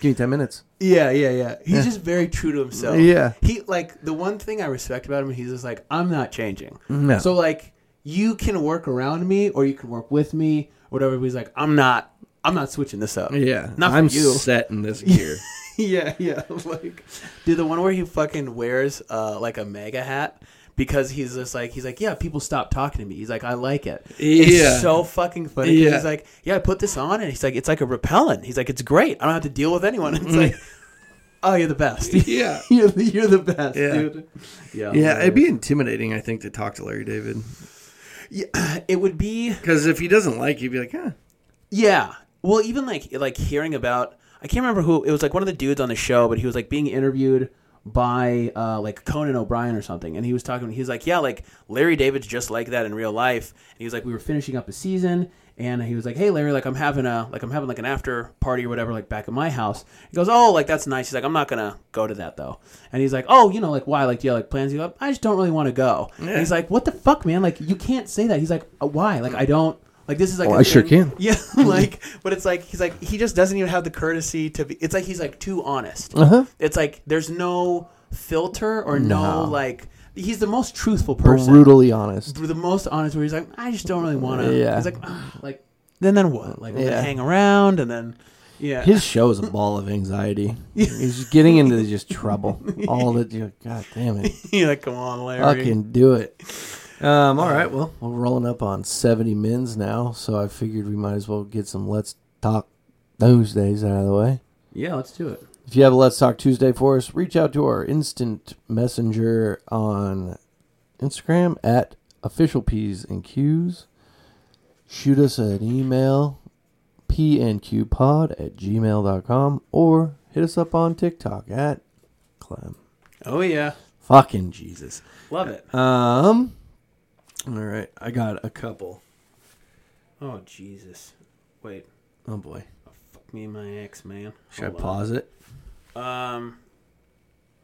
Give me ten minutes.
Yeah, yeah, He's just very true to himself.
Yeah.
He like the one thing I respect about him, he's just like, I'm not changing.
No.
So like you can work around me or you can work with me, whatever. But he's like, I'm not I'm not switching this up.
Yeah,
Not for
I'm
you.
set in this gear.
yeah, yeah. Like, dude, the one where he fucking wears uh, like a mega hat because he's just like he's like, yeah, people stop talking to me. He's like, I like it.
Yeah.
it's so fucking funny. 'cause
Yeah.
he's like, yeah, I put this on, and he's like, it's like a repellent. He's like, it's great. I don't have to deal with anyone. It's like, oh, you're the best.
yeah,
you're, the, you're the best,
Yeah.
dude. Yeah,
yeah. It'd be intimidating, I think, to talk to Larry David
Yeah, it would be.
because if he doesn't like you, he'd be like, "Huh."
Yeah. Well, even like like hearing about I can't remember who it was like one of the dudes on the show, but he was like being interviewed by uh, like Conan O'Brien or something, and he was talking. He was like, "Yeah, like Larry David's just like that in real life." And he was like, "We were finishing up a season." And he was like, "Hey Larry, like I'm having a like I'm having like an after party or whatever, like back at my house." He goes, "Oh, like that's nice." He's like, "I'm not gonna go to that though." And he's like, "Oh, you know, like why? Like do you have, like plans?" He goes, "I just don't really want to go." And he's like, "What the fuck, man? Like you can't say that." He's like, "Uh, "Why? Like I don't like this is like
Well,
a
Oh, I sure
thing-
can.
yeah, like, but it's like he's like he just doesn't even have the courtesy to be. It's like he's like too honest.
Uh-huh.
It's like there's no filter or no,
No.
like. He's the most truthful person.
Brutally honest.
The most honest, where he's like, I just don't really want to.
Yeah.
He's like, "Ah," like then then what? Like I'm gonna
Yeah.
hang around and then, yeah.
His show is a ball of anxiety. He's just getting into just trouble. All that. you God damn it.
You're like, come on, Larry.
Fucking do it. Um, all right. Well, we're rolling up on 70 mins now, so I figured we might as well get some Let's Talk Tuesdays out of the way.
Yeah, let's do it.
If you have a Let's Talk Tuesday for us, reach out to our instant messenger on Instagram at official P's and Q's. Shoot us an email, pnqpod at gmail.com, or hit Hit us up on TikTok at Clem.
Oh yeah,
Fucking Jesus.
love it.
Um. All right, I got a couple.
Oh Jesus, wait,
Oh boy,
fuck me and my ex, man.
should
Hold
I
on.
pause it?
Um,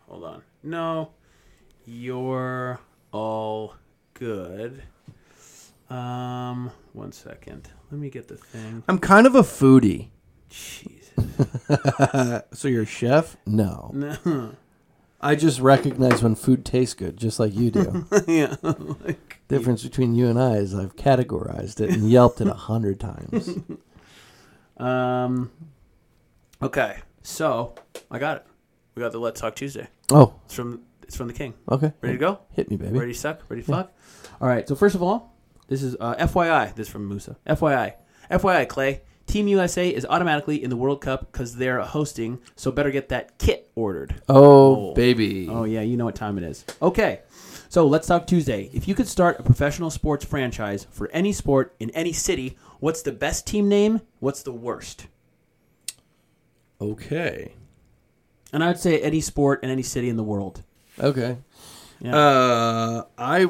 hold on. No, you're all good. Um, one second. Let me get the thing.
I'm kind of a foodie.
Jesus.
So you're a chef? No,
No.
I just recognize when food tastes good, just like you do.
yeah. Like,
Difference between you and I is I've categorized it and yelped it a hundred times.
um. Okay. So I got it. We got the Let's Talk Tuesday.
Oh,
It's from it's from the King.
okay.
Ready to go?
Hit me, baby.
Ready to suck? Ready to fuck? All right. So first of all, this is uh, FYI. This is from Musa. FYI, FYI, Clay. Team USA is automatically in the World Cup because they're hosting. So better get that kit ordered.
Oh, baby.
Oh yeah, you know what time it is. Okay. So let's talk Tuesday. If you could start a professional sports franchise for any sport in any city, what's the best team name? What's the worst?
Okay.
And I would say any sport in any city in the world.
Okay.
Yeah.
Uh, I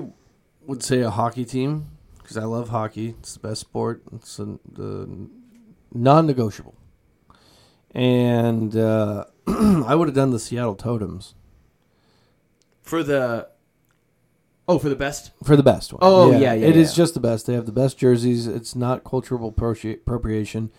would say a hockey team because I love hockey. It's the best sport. It's a, the non-negotiable. And uh, I would have done the Seattle Totems
For the Oh, for the best?
for the best one.
Oh, yeah, yeah,
It is
yeah.
just the best. They have the best jerseys. It's not cultural appropri- appropriation.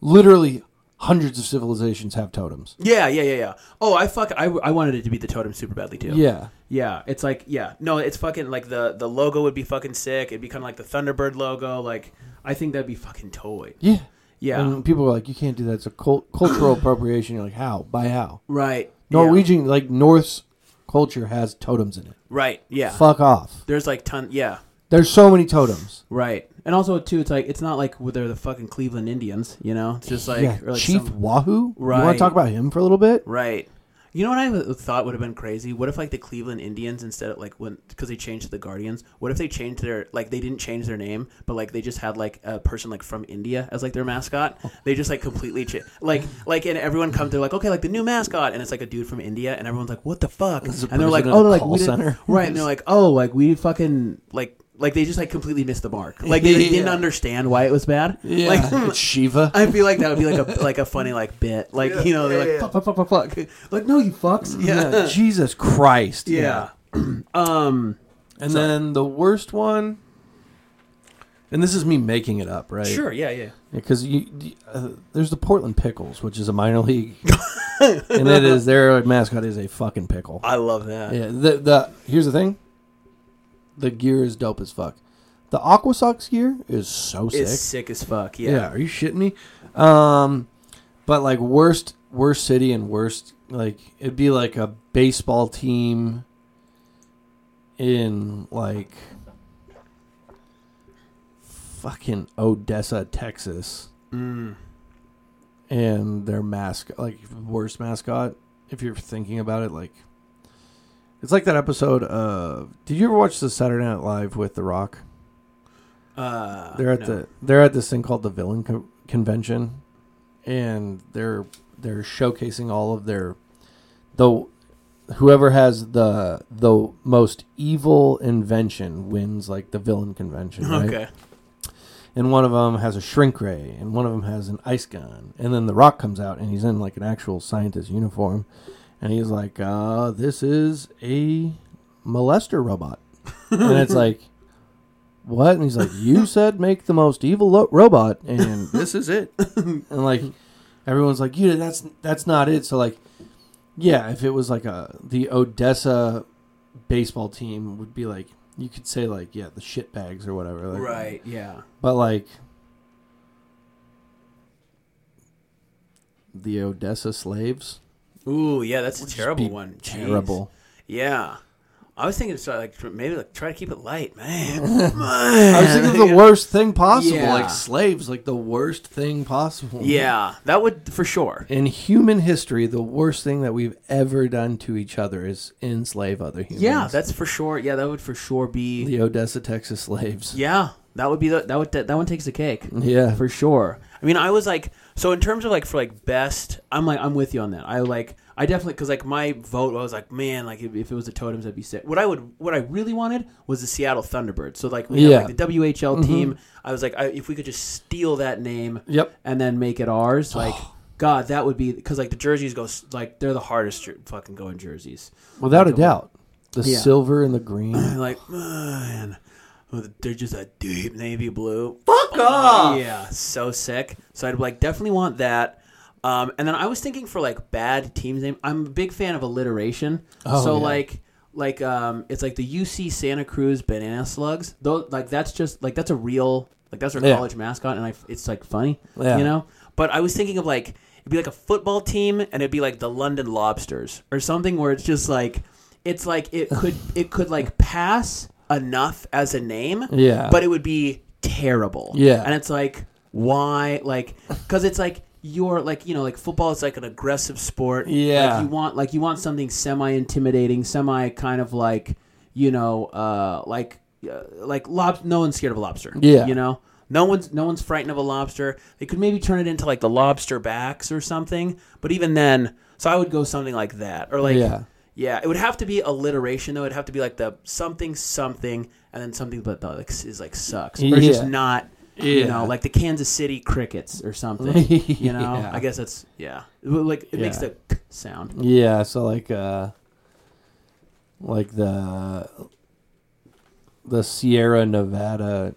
Literally, hundreds of civilizations have totems.
Yeah, yeah, yeah, yeah. Oh, I fuck I, I wanted it to be the totem super badly too.
Yeah.
Yeah, it's like yeah, no, it's fucking like the the logo would be fucking sick. It'd be kind of like the Thunderbird logo. Like I think that'd be fucking toy.
Yeah.
Yeah,
And people are like, you can't do that. It's a cult- cultural appropriation. You're like, how? By how?
right.
Norwegian, like North's culture has totems in it.
Yeah. Right. Yeah.
Fuck off.
There's like ton. Yeah.
There's so many totems.
Right. And also too, it's like it's not like well, they're the fucking Cleveland Indians. You know, it's just like,
yeah,
or like
Chief
some-
Wahoo. You want
Right.
to talk about him for a little bit?
right. You know what I would- thought would have been crazy? What if like the Cleveland Indians instead of like when because they changed to the Guardians? What if they changed their like they didn't change their name, but like they just had like a person like from India as like their mascot? They just like completely cha- like like and everyone comes they're like okay like the new mascot and it's like a dude from India and everyone's like what the fuck and
is a
they're like
person at
oh
a
they're like
call
we didn't-
center.
right and they're like oh like we fucking like like they just like completely missed the mark like they
Yeah.
didn't understand why it was bad like hmm,
it's Shiva.
I feel like that would be like a like a funny like bit, like you know, they're like fuck, fuck, fuck, fuck, fuck, like no, you fucks,
Yeah,
yeah,
Jesus Christ.
yeah. um,
And then the worst one, and this is me making it up, right?
sure, yeah, yeah.
Because you, uh, there's the Portland Pickles, which is a minor league, and it is their mascot is a fucking pickle.
I love that.
Yeah, the the here's the thing. The gear is dope as fuck. The Aqua Sox gear is so sick.
It's sick as fuck. Yeah,
yeah. are you shitting me? Um, but like worst worst city and worst like it'd be like a baseball team in like fucking Odessa, Texas.
Mm.
And their mascot, like worst mascot, if you're thinking about it, like it's like that episode of. Did you ever watch the Saturday Night Live with The Rock?
Uh,
they're at
no.
the they're at this thing called the villain co- convention and they're they're showcasing all of their the whoever has the the most evil invention wins like the villain convention right?
okay.
and one of them has a shrink ray and one of them has an ice gun and then the rock comes out and he's in like an actual scientist uniform and he's like uh this is a molester robot and it's like what and he's like you said make the most evil lo- robot and this is it and like everyone's like yeah that's that's not it so like yeah if it was like a the odessa baseball team would be like you could say like yeah the shit bags or whatever like,
Right. Yeah.
but like the Odessa slaves,
Ooh, yeah. That's a terrible
be
one. Jeez.
terrible.
Yeah. I was thinking, so like, tr- maybe like try to keep it light, man.
I was thinking the worst thing possible,
Yeah.
like slaves, like the worst thing possible.
yeah, that would for sure.
In human history, the worst thing that we've ever done to each other is enslave other humans.
Yeah, that's for sure. Yeah, that would for sure be.
the Odessa, Texas slaves.
Yeah, that would be the that would that, that one takes the cake.
Yeah.
for sure. I mean, I was like, so in terms of like for like best, I'm like, I'm with you on that. I like, I definitely because like my vote, I was like, man, like if, if it was the Totems, I'd be sick. What I would, what I really wanted was the Seattle Thunderbirds. So like, we
Yeah. Mm-hmm.
had, like the WHL team. I was like, I, if we could just steal that name,
Yep.
and then make it ours, like. God, that would be because like the jerseys go s- like they're the hardest jer- fucking going jerseys.
Without a doubt. The
Yeah.
silver and the green.
And like, man, with- they're just a deep navy blue. Oh,
Fuck off!
Yeah, so sick. So I'd like definitely want that. Um, and then I was thinking for like bad teams name. I'm a big fan of alliteration.
Oh,
so
yeah.
like like um, it's like the UC Santa Cruz Banana Slugs. Though like that's just like that's a real like that's our
Yeah.
college mascot, and I, it's like funny.
Yeah.
You know. But I was thinking of like it'd be like a football team, and it'd be like the London Lobsters or something, where it's just like it's like it could it could like pass enough as a name,
Yeah.
but it would be terrible,
Yeah.
and it's like why like because it's like you're like you know like football is like an aggressive sport
Yeah.
Like, you want like you want something semi intimidating semi kind of like you know uh like uh, like lob- no one's scared of a lobster
Yeah.
you know no one's no one's frightened of a lobster they could maybe turn it into like the lobster backs or something but even then so i would go something like that or like
Yeah.
yeah, it would have to be alliteration though. It'd have to be like the something something and then something but the, like, is like sucks. Or it's just
Yeah.
not you
Yeah.
know, like the Kansas City Crickets or something. You know?
Yeah.
I guess that's yeah. It would, Like it makes
Yeah.
the k sound.
Yeah, so like uh like the the Sierra Nevada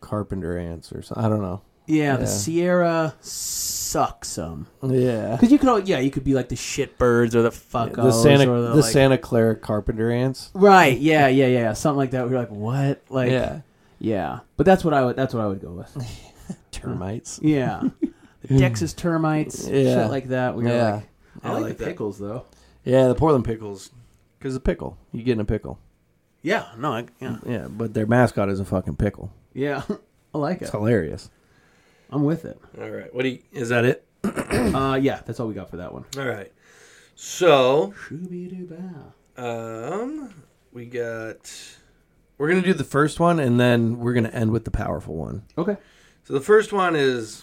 carpenter ants or something. I don't know.
Yeah,
Yeah.
the Sierra sucks some.
Yeah.
Because you could all yeah, you could be like the shitbirds or the fuckos
The Santa
or
the,
the, like,
Santa Clara carpenter ants.
Right, yeah, yeah, yeah. Something like that. We're like, what? Like
yeah.
yeah. But that's what I would that's what I would go with.
Termites.
Yeah. The Texas termites,
Yeah.
shit like that. We were
Yeah.
like, I, like, the pickles though.
Yeah, the Portland pickles. Cuz a pickle. You get in a pickle.
Yeah, no, I, yeah,
Yeah, but their mascot is a fucking pickle.
yeah, I like it.
It's hilarious.
I'm with it.
All right. What do you, is that it?
Uh, yeah, that's all we got for that one.
All right. So,
Shooby-doo-bah.
um, we got.
We're going to do the first one and then we're going to end with the powerful one.
Okay.
So the first one is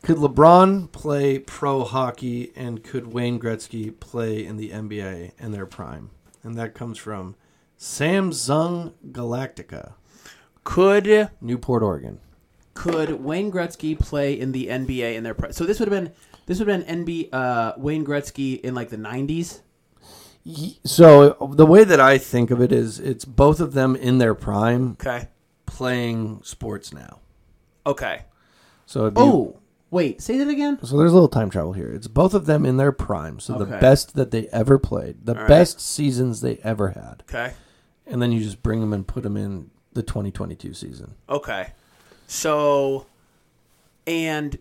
Could LeBron play pro hockey and could Wayne Gretzky play in the NBA in their prime? And that comes from Samsung Galactica,
Could
Newport, Oregon.
could Wayne Gretzky play in the NBA in their pri so this would have been this would have been NB uh, Wayne Gretzky in like the 90s.
So the way that I think of it is it's both of them in their prime
Okay.
playing sports now.
Okay.
So it'd be,
Oh, wait, say that again.
so there's a little time travel here. It's both of them in their prime, so the
Okay.
best that they ever played, the
right.
best seasons they ever had.
Okay.
And then you just bring them and put them in the 2022 season.
Okay. So, and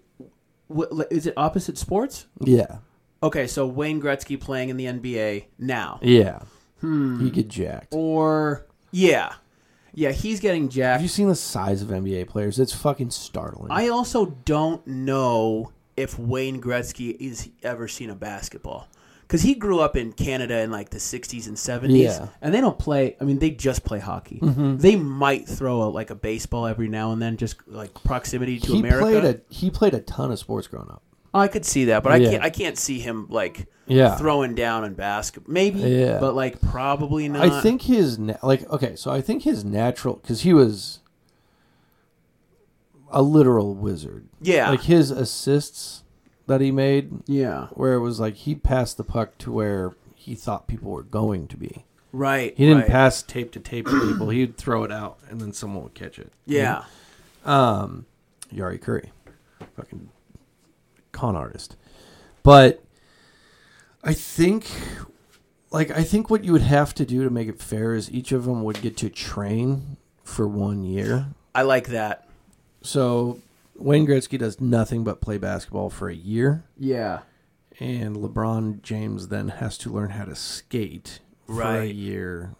w- is it opposite sports?
Yeah.
Okay, so Wayne Gretzky playing in the NBA now.
Yeah.
Hmm.
You get jacked.
Or yeah. Yeah, he's getting
Have you
jacked.
seen the size of NBA players? It's fucking startling.
I also don't know if Wayne Gretzky is ever seen a basketball. Cuz he grew up in Canada in like the 60s and 70s
Yeah. Mm-hmm.
and they don't play I mean they just play hockey. They might throw a, like a baseball every now and then just like proximity to
he
America. Oh,
played a he played a ton of sports growing up.
I could see that, but I
Yeah.
can't I can't see him like
Yeah.
throwing down in basketball. Maybe,
Yeah.
but like probably not.
I think his na- like okay, so I think his natural because he was a literal wizard.
Yeah.
like his assists that he made,
yeah.
where it was like he passed the puck to where he thought people were going to be.
Right.
He didn't
right.
pass tape to tape to people. He'd throw it out and then someone would catch it.
Yeah.
Yari Curry, fucking con artist. But I think, like, I think what you would have to do to make it fair is each of them would get to train for one year.
I like that.
So Wayne Gretzky does nothing but play basketball for a year,
Yeah.
and LeBron James then has to learn how to skate for a
Right.
year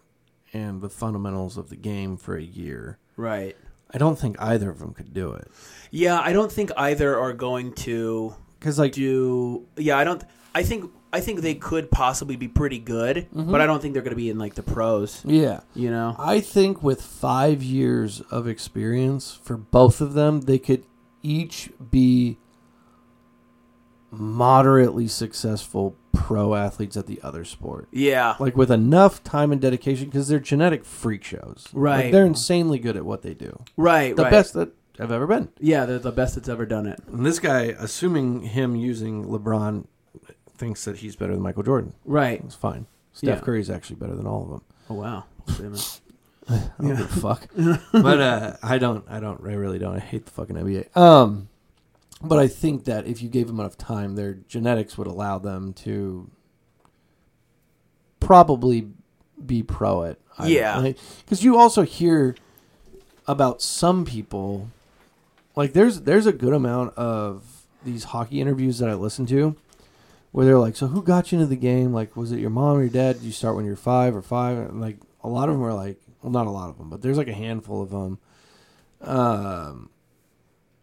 and the fundamentals of the game for a year.
Right.
I don't think either of them could do it
Yeah, I don't think either are going to
because, like,
do. Yeah, I don't. I think I think they could possibly be pretty good,
Mm-hmm.
but I don't think they're going to be in like the pros.
yeah,
You know.
I think with five years of experience for both of them, they could each be moderately successful pro athletes at the other sport.
Yeah.
Like with enough time and dedication because they're genetic freak shows. Like,
Right.
they're insanely good at what they do.
Right.
The
right.
best that I've ever been.
Yeah, they're the best that's ever done it.
And this guy, assuming him using LeBron, thinks that he's better than Michael Jordan.
Right.
It's fine. Steph
Yeah.
Curry's actually better than all of them.
Oh wow. Wait a minute.
I don't give a fuck. but uh, I don't. I don't. I really don't. I hate the fucking NBA. Um, but I think that if you gave them enough time, their genetics would allow them to probably be pro at.
Yeah.
because you also hear about some people. Like there's there's a good amount of these hockey interviews that I listen to, where they're like, "So who got you into the game? Like, was it your mom or your dad? Did you start when you were five or five? And like, a lot of them are like, well, not a lot of them, but there's like a handful of them. Um,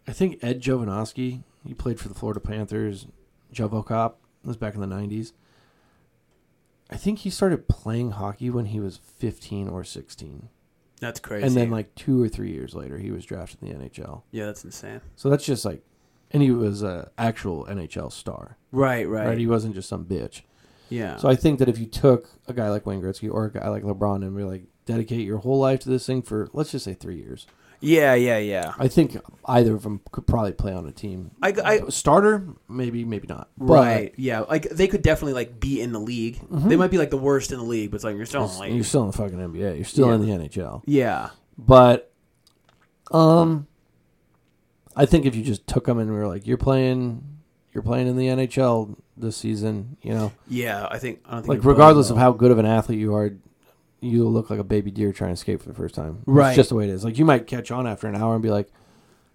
I think Ed Jovanovski, he played for the Florida Panthers. Jovo Cop was back in the '90s. I think he started playing hockey when he was 15 or 16,
That's crazy.
and then like two or three years later, he was drafted in the NHL.
yeah, that's insane.
So that's just like, and he was a actual NHL star,
Right. Right.
right? He wasn't just some bitch.
Yeah.
So I think that if you took a guy like Wayne Gretzky or a guy like LeBron and we like dedicate your whole life to this thing for let's just say three years,
yeah. Yeah. Yeah.
I think either of them could probably play on a team.
I, I
Starter, maybe, maybe not. But
right. Yeah. Like they could definitely like be in the league.
Mm-hmm.
They might be like the worst in the league, but it's like you're still in the
You're
league.
still in the fucking NBA. You're still in the NHL.
Yeah.
But, um, I think if you just took them and we were like, you're playing, you're playing in the NHL this season, you know,
Yeah. I think I don't think
like regardless of how good of an athlete you are you look like a baby deer trying to escape for the first time
Right.
it's just the way it is like you might catch on after an hour and be like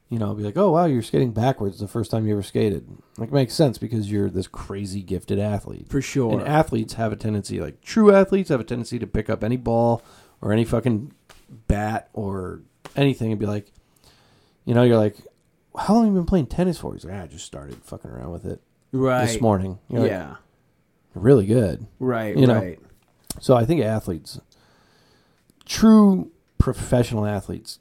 you know be like oh wow you're skating backwards the first time you ever skated like makes sense because you're this crazy gifted athlete
for sure.
and athletes have a tendency like true athletes have a tendency to pick up any ball or any fucking bat or anything and be like you know you're like how long have you been playing tennis for he's like "Ah, i just started fucking around with it
right.
this morning You're like,
Yeah.
really good
Right.
You know.
right.
so I think athletes, true professional athletes,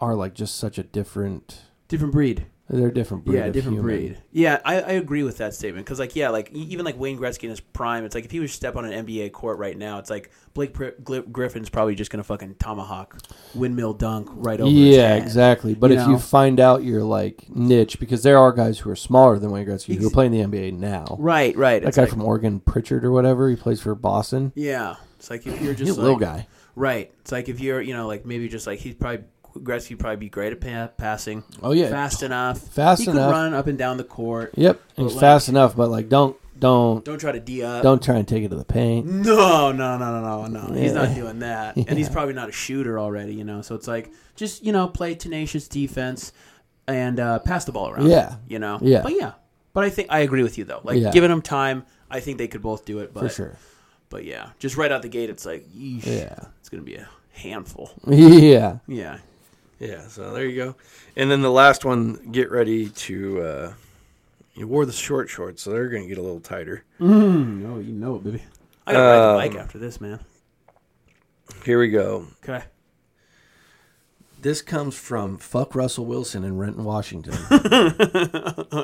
are like just such a different.
Different breed.
They're a different breed.
yeah,
of
different
human.
breed. Yeah, I, I agree with that statement because, like, yeah, like e- even like Wayne Gretzky in his prime, it's like if he was to step on an NBA court right now, it's like Blake Pri- Gli- Griffin's probably just gonna fucking tomahawk, windmill dunk right over. his
Yeah,
head.
exactly. But
You
if
know?
you find out your like niche, because there are guys who are smaller than Wayne Gretzky who are
Ex-
playing in the NBA now.
Right, right.
That
It's
guy
like-
from Oregon, Pritchard or whatever, he plays for Boston.
yeah, it's like if you're just
He's a little guy.
like- Right. It's like if you're, you know, like maybe just like he's probably Gretzky would probably be great at pa- passing.
Oh, yeah.
fast enough.
Fast
he
enough.
could run up and down the court.
Yep, he's
like-
fast enough, but like don't don't
Don't try to d up.
don't try and take it to the paint.
No, no, no, no, no, no. He's
Yeah.
not doing that. And he's probably not a shooter already, you know. So it's like just, you know, play tenacious defense and uh, pass the ball around.
Yeah.
You know?
Yeah.
But yeah. But I think I agree with you though. Like
Yeah.
giving them time, I think they could both do it. But
For sure.
but yeah. Just right out the gate it's like yeesh,
Yeah.
it's gonna be a handful.
Yeah.
Yeah.
Yeah, so there you go. And then the last one, get ready to. Uh, you wore the short shorts, so they're going to get a little tighter.
No, you know it, baby. I gotta ride the bike after this, man.
Here we go.
Okay.
This comes from fuck Russell Wilson in Renton, Washington.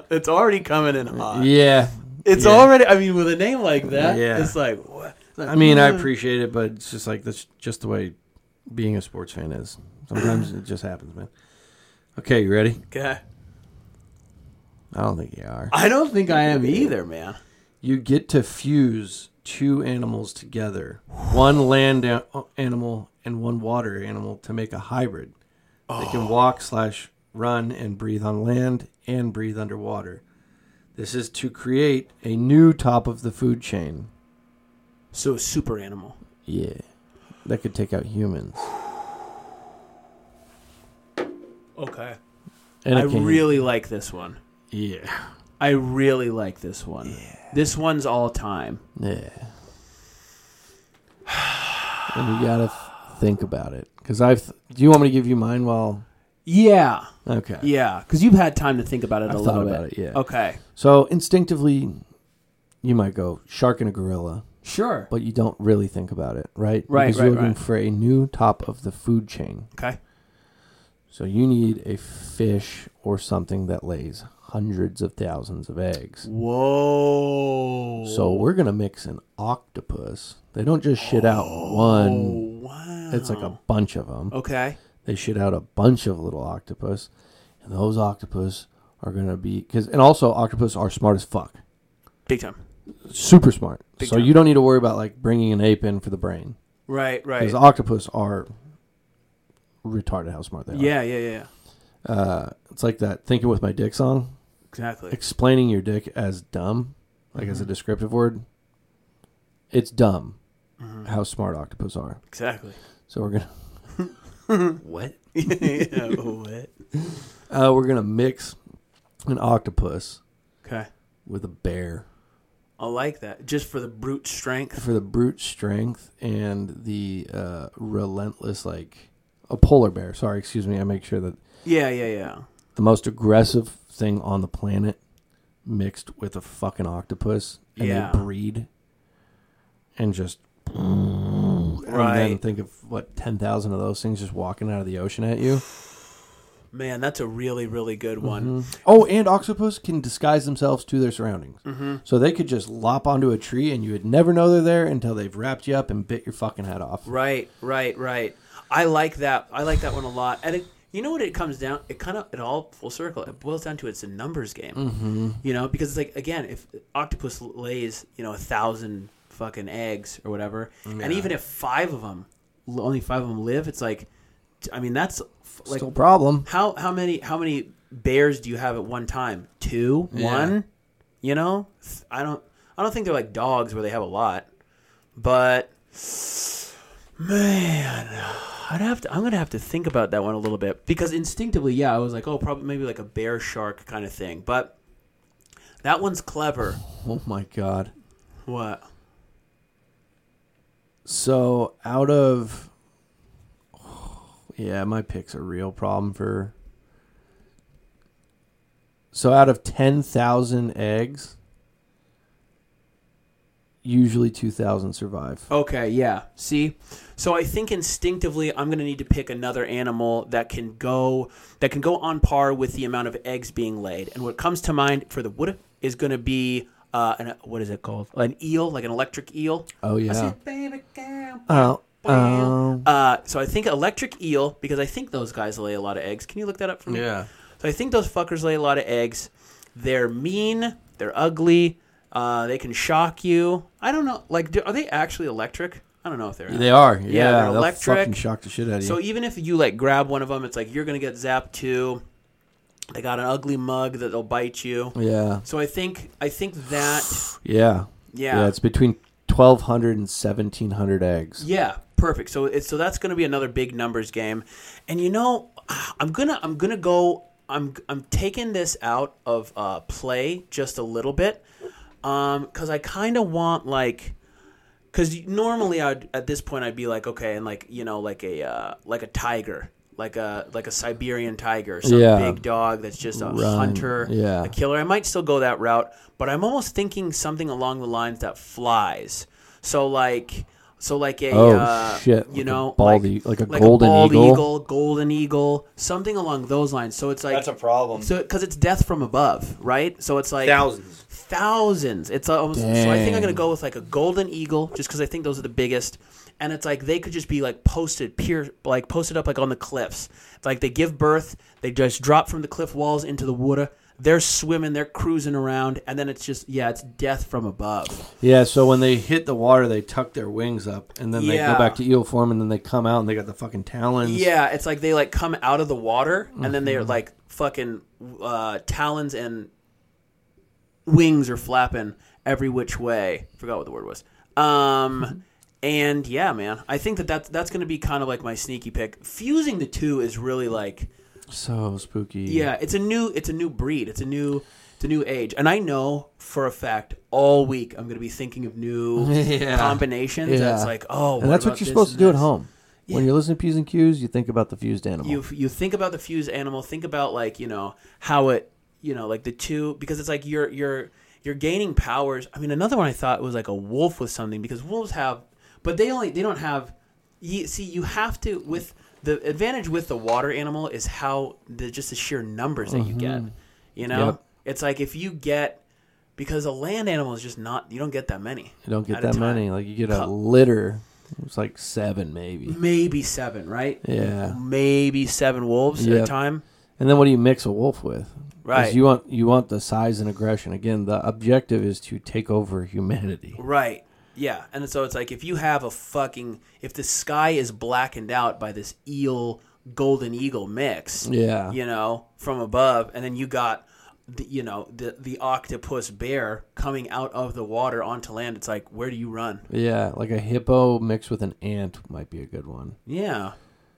It's already coming in hot.
yeah.
It's
Yeah.
already I mean, with a name like that,
Yeah.
it's like what It's like,
I mean, I
mm.
appreciate it, but it's just like that's just the way being a sports fan is. Sometimes it just happens, man. Okay, you ready?
Okay.
I don't think you are.
I don't think I am either, man.
You get to fuse two animals together, one land a- animal and one water animal, to make a hybrid. They can walk slash run and breathe on land and breathe underwater. This is to create a new top of the food chain.
So a super animal.
Yeah, that could take out humans.
Okay.
And
I
it can-
really like this one.
yeah.
I really like this one. This one's all time.
Yeah. And you gotta f- think about it, because I've. Th- Do you want me to give you mine? While
Yeah.
okay.
Yeah. Because you've had time to think about it a
I've thought
little bit.
about it, yeah.
Okay.
So instinctively, you might go shark and a gorilla,
Sure.
but you don't really think about it, right?
Right,
Because
right,
you're looking
right.
for a new top of the food chain.
Okay.
So you need a fish or something that lays hundreds of thousands of eggs.
Whoa.
So we're gonna mix an octopus. They don't just shit out one.
wow.
It's like a bunch of them.
Okay.
They shit out a bunch of little octopus, and those octopus are gonna be because and also octopus are smart as fuck,
Big time.
super smart.
Big
so
time.
you don't need to worry about like bringing an ape in for the brain
Right, right.
because octopus are retarded how smart they are.
Yeah, yeah, yeah.
uh, it's like that thinking with my dick song.
Exactly.
Explaining your dick as dumb, like
Mm-hmm.
as a descriptive word, it's dumb.
Mm-hmm.
How smart octopus are.
Exactly.
So we're gonna what?
yeah, what?
Uh, we're gonna mix an octopus
Okay.
with a bear
I like that. Just for the brute strength.
for the brute strength and the uh, relentless, like a polar bear. Sorry, excuse me. I make sure that
Yeah, yeah, yeah.
the most aggressive thing on the planet mixed with a fucking octopus, and
Yeah.
they breed and just. And then
Right.
think of what ten thousand of those things just walking out of the ocean at you.
Man, that's a really, really good one.
Oh, and octopus can disguise themselves to their surroundings.
Mm-hmm.
So they could just lop onto a tree and you would never know they're there until they've wrapped you up and bit your fucking head off.
Right, right, right. I like that. I like that one a lot. And it, you know what it comes down? It kind of it all full circle. It boils down to it's a numbers game. Mm-hmm. You know, because it's like again, if octopus lays you know a thousand fucking eggs or whatever, and even if five of them, only five of them live, it's like, I mean, that's f- like
Still problem.
how how many how many bears do you have at one time? Two, one. You know, Th- I don't I don't think they're like dogs where they have a lot, but man, I'd have to I'm gonna have to think about that one a little bit because instinctively, yeah, I was like, oh, probably maybe like a bear shark kind of thing, but that one's clever.
Oh my god.
What?
So out of Yeah, my pick's a real problem for So out of 10,000 eggs, usually 2,000 survive.
Okay, yeah. See? So I think instinctively I'm going to need to pick another animal that can go that can go on par with the amount of eggs being laid. And what comes to mind for the wood is going to be uh, an, what is it called? An eel, like an electric eel.
Oh
I see
yeah.
it, baby girl.
Oh. Oh.
Uh, so I think electric eel because I think those guys lay a lot of eggs. Can you look that up for me? So I think those fuckers lay a lot of eggs. They're mean. They're ugly. Uh, they can shock you. I don't know. Like, do, are they actually electric? I don't know if they're.
They are. Yeah,
they're
they'll
electric.
Fucking shock the shit out of you.
So even if you like grab one of them, it's like you're gonna get zapped too. They got an ugly mug that they'll bite you.
yeah,
So I think I think that
yeah,
Yeah.
It's between 1,200 and 1,700 eggs.
yeah perfect. So it's so that's gonna be another big numbers game, and you know I'm gonna I'm gonna go I'm I'm taking this out of uh, play just a little bit, um because I kind of want like. because normally I'd at this point I'd be like okay and like you know like a uh, like a tiger like a like a Siberian tiger some
Yeah.
big dog that's just a
Run.
hunter
Yeah.
a killer I might still go that route but I'm almost thinking something along the lines that flies so like so like a
Oh,
uh,
shit,
you
like a
know
bald
like,
e- like a golden
bald
eagle?
golden eagle something along those lines so it's like
That's a problem.
so because it's death from above right so it's like
Thousands.
thousands. It's almost so. I think I'm
Dang.
gonna go with like a golden eagle, just because I think those are the biggest. And it's like they could just be like posted, pier, like posted up like on the cliffs. It's like they give birth, they just drop from the cliff walls into the water. They're swimming, they're cruising around, and then it's just yeah, it's death from above.
Yeah, so when they hit the water, they tuck their wings up, and then they
Yeah.
go back to eel form, and then they come out, and they got the fucking talons.
Yeah, it's like they like come out of the water, and then
Mm-hmm.
they're like fucking uh, talons and wings are flapping every which way. Forgot what the word was.
Mm-hmm.
Um, and yeah, man, I think that that's, that's going to be kind of like my sneaky pick. Fusing the two is really like,
so spooky.
yeah, it's a new, it's a new breed. It's a new, it's a new age. And I know for a fact all week I'm going to be thinking of new
Yeah.
combinations.
Yeah.
That's like, oh,
and that's
about
what you're
this
supposed to
and
do at
this?
home. When you're listening to P's and Q's, you think about the fused animal.
you you think about the fused animal think about like you know how it you know like the two because it's like you're you're you're gaining powers i mean another one i thought was like a wolf with something because wolves have but they only they don't have you see you have to with the advantage with the water animal is how the just the sheer numbers that you get. You know,
Mm-hmm. Yep.
it's like if you get because a land animal is just not you don't get that many.
You don't
at
get
a
that
time.
many. Like you get a
Cup. Mm-hmm.
litter. It's like seven maybe.
Maybe seven, right?
Yeah.
Maybe seven wolves at a
Yep.
time.
And then what do you mix a wolf with? 'Cause
Right.
You want you want the size and aggression. Again, the objective is to take over humanity.
Right. Yeah. And so it's like if you have a fucking if the sky is blackened out by this eel golden eagle mix,
Yeah.
you know, from above, and then you got the, you know the the octopus bear coming out of the water onto land. It's like where do you run?
Yeah. Like a hippo mixed with an ant might be a good one.
Yeah.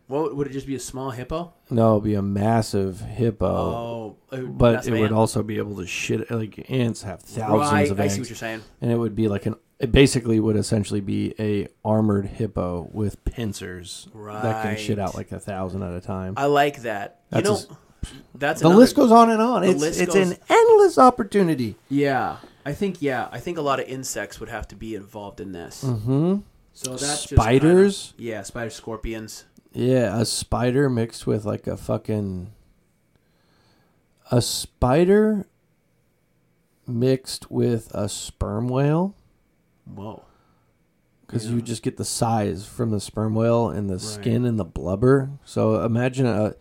Well, would it just be a small hippo?
No, it'd be a massive hippo.
Oh,
But it would also be able to shit like ants have thousands
Right,
of
I
ants,
see what you're saying.
and it would be like an it basically would essentially be a armored hippo with pincers that can shit
Right.
out like a thousand at a time.
I like that.
That's
you
a
know,
s-
that's
the
another-
list goes on and on. It's
list
it's
goes-
an endless opportunity.
Yeah, I think yeah, I think a lot of insects would have to be involved in this. Mm-hmm. So that's
Spiders?
Just kinda, yeah, spiders, scorpions.
Yeah, a spider mixed with like a fucking a spider mixed with a sperm whale
Whoa.
because you just get the size from the sperm whale and the skin and the blubber. So imagine a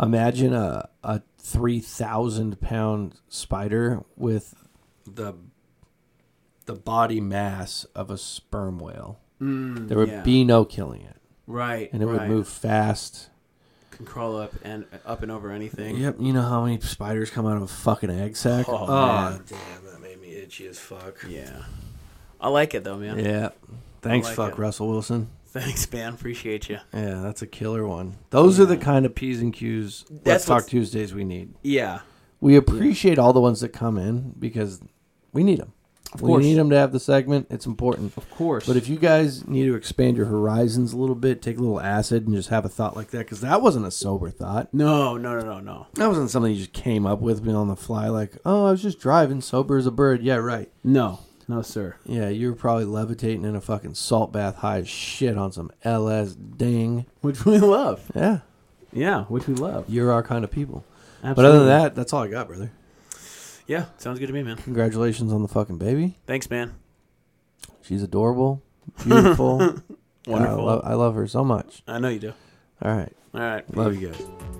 imagine a a three thousand pound spider with the the body mass of a sperm whale. there would
Mm, yeah.
be no killing it,
Right.
and it would
right.
move fast.
Can crawl up and up and over anything.
Yep, you know how many spiders come out of a fucking egg sack?
Oh, man.
Damn, that made me itchy as fuck.
Yeah. I like it though, man.
Yeah. Thanks,
I like
fuck
it.
Russell Wilson.
Thanks, man. Appreciate you.
Yeah, that's a killer one. Those are the kind of P's and Q's
That's
Let's Talk
what's-
Tuesdays we need.
Yeah.
We appreciate all the ones that come in because we need them. Of
course.
We need them to have the segment. It's important. Of
course.
But if you guys need to expand your horizons a little bit, take a little acid and just have a thought like that because that wasn't a sober thought.
No, no, no, no, no.
That wasn't something you just came up with me on the fly like, oh, I was just driving sober as a bird. Yeah, right.
No. No, sir.
Yeah, you were probably levitating in a fucking salt bath high as shit on some LS ding.
Which we love.
Yeah,
Yeah, which we love.
you're our kind of people. But other
Absolutely.
than that, that's all I got, brother.
Yeah, sounds good to me, man.
Congratulations on the fucking baby.
Thanks, man.
She's adorable, beautiful. God, I,
Wonderful.
lo- I love her so much.
I know you do.
All right.
All right.
Love you guys.